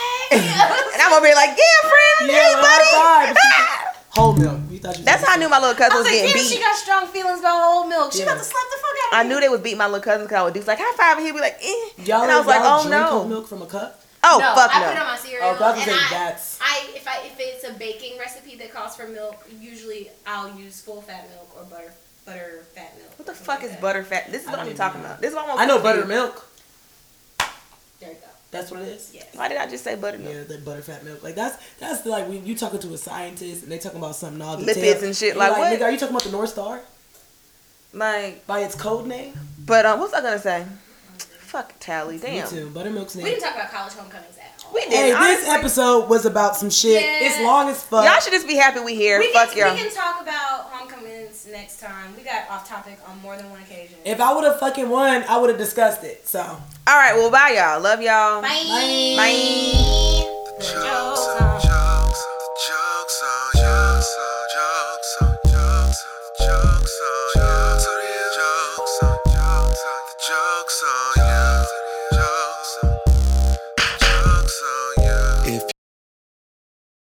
C: I
B: and I'm gonna be like, yeah, friend,
D: Yeah,
B: hey,
D: high
B: buddy.
D: five. Whole milk. You thought you.
B: That's how I knew my little cousin
C: I
B: was,
C: was like,
B: getting
C: "Damn,
B: beat.
C: she got strong feelings about whole milk. She
D: Yeah.
C: about to slap the fuck out
B: I
C: of me."
B: knew they would beat my little cousin because I would do like high five, and he'd be like, eh.
D: Y'all,
B: and I was like,
D: y'all
B: oh
D: drink whole
B: no,
D: milk from a cup.
B: oh
C: no,
B: fuck
C: I
B: no.
C: put it on my cereal.
D: Oh, I was
C: and
D: gonna say
C: I,
D: that's.
C: I if I if it's a baking recipe that calls for milk, usually I'll use full fat milk or butter butter fat milk.
B: What the
C: or something
B: fuck is
C: like that.
B: butterfat? This is
D: I
B: what I'm
D: don't even
B: talking
D: know.
B: about. This is what I'm
D: I know
B: confused.
D: buttermilk.
C: There you go.
D: That's what it is.
C: Yes.
B: Why did I just say buttermilk?
D: Yeah, the butterfat milk. Like that's that's like when you talking to a scientist and they talking about something all
B: Lipids
D: detailed.
B: and shit,
D: You're
B: like, what?
D: Nigga, are you talking about the North Star
B: Like,
D: by its code name?
B: but um, what's I gonna say? Fuck Tally, damn.
D: Me too. Buttermilk's name.
C: We didn't talk about college homecomings at all.
B: We did.
D: Hey, this
B: honestly,
D: episode was about some shit.
C: Yeah.
D: It's long as fuck.
B: y'all should just be happy we here.
C: We
B: fuck
C: can,
B: y'all.
C: we can talk about homecomings next time. We got off topic on more than one occasion.
D: if I would have fucking won, I would have discussed it. So.
B: All right, well, bye y'all. Love y'all.
C: Bye.
B: Bye.
C: Jokes uh. on
A: uh, uh, uh,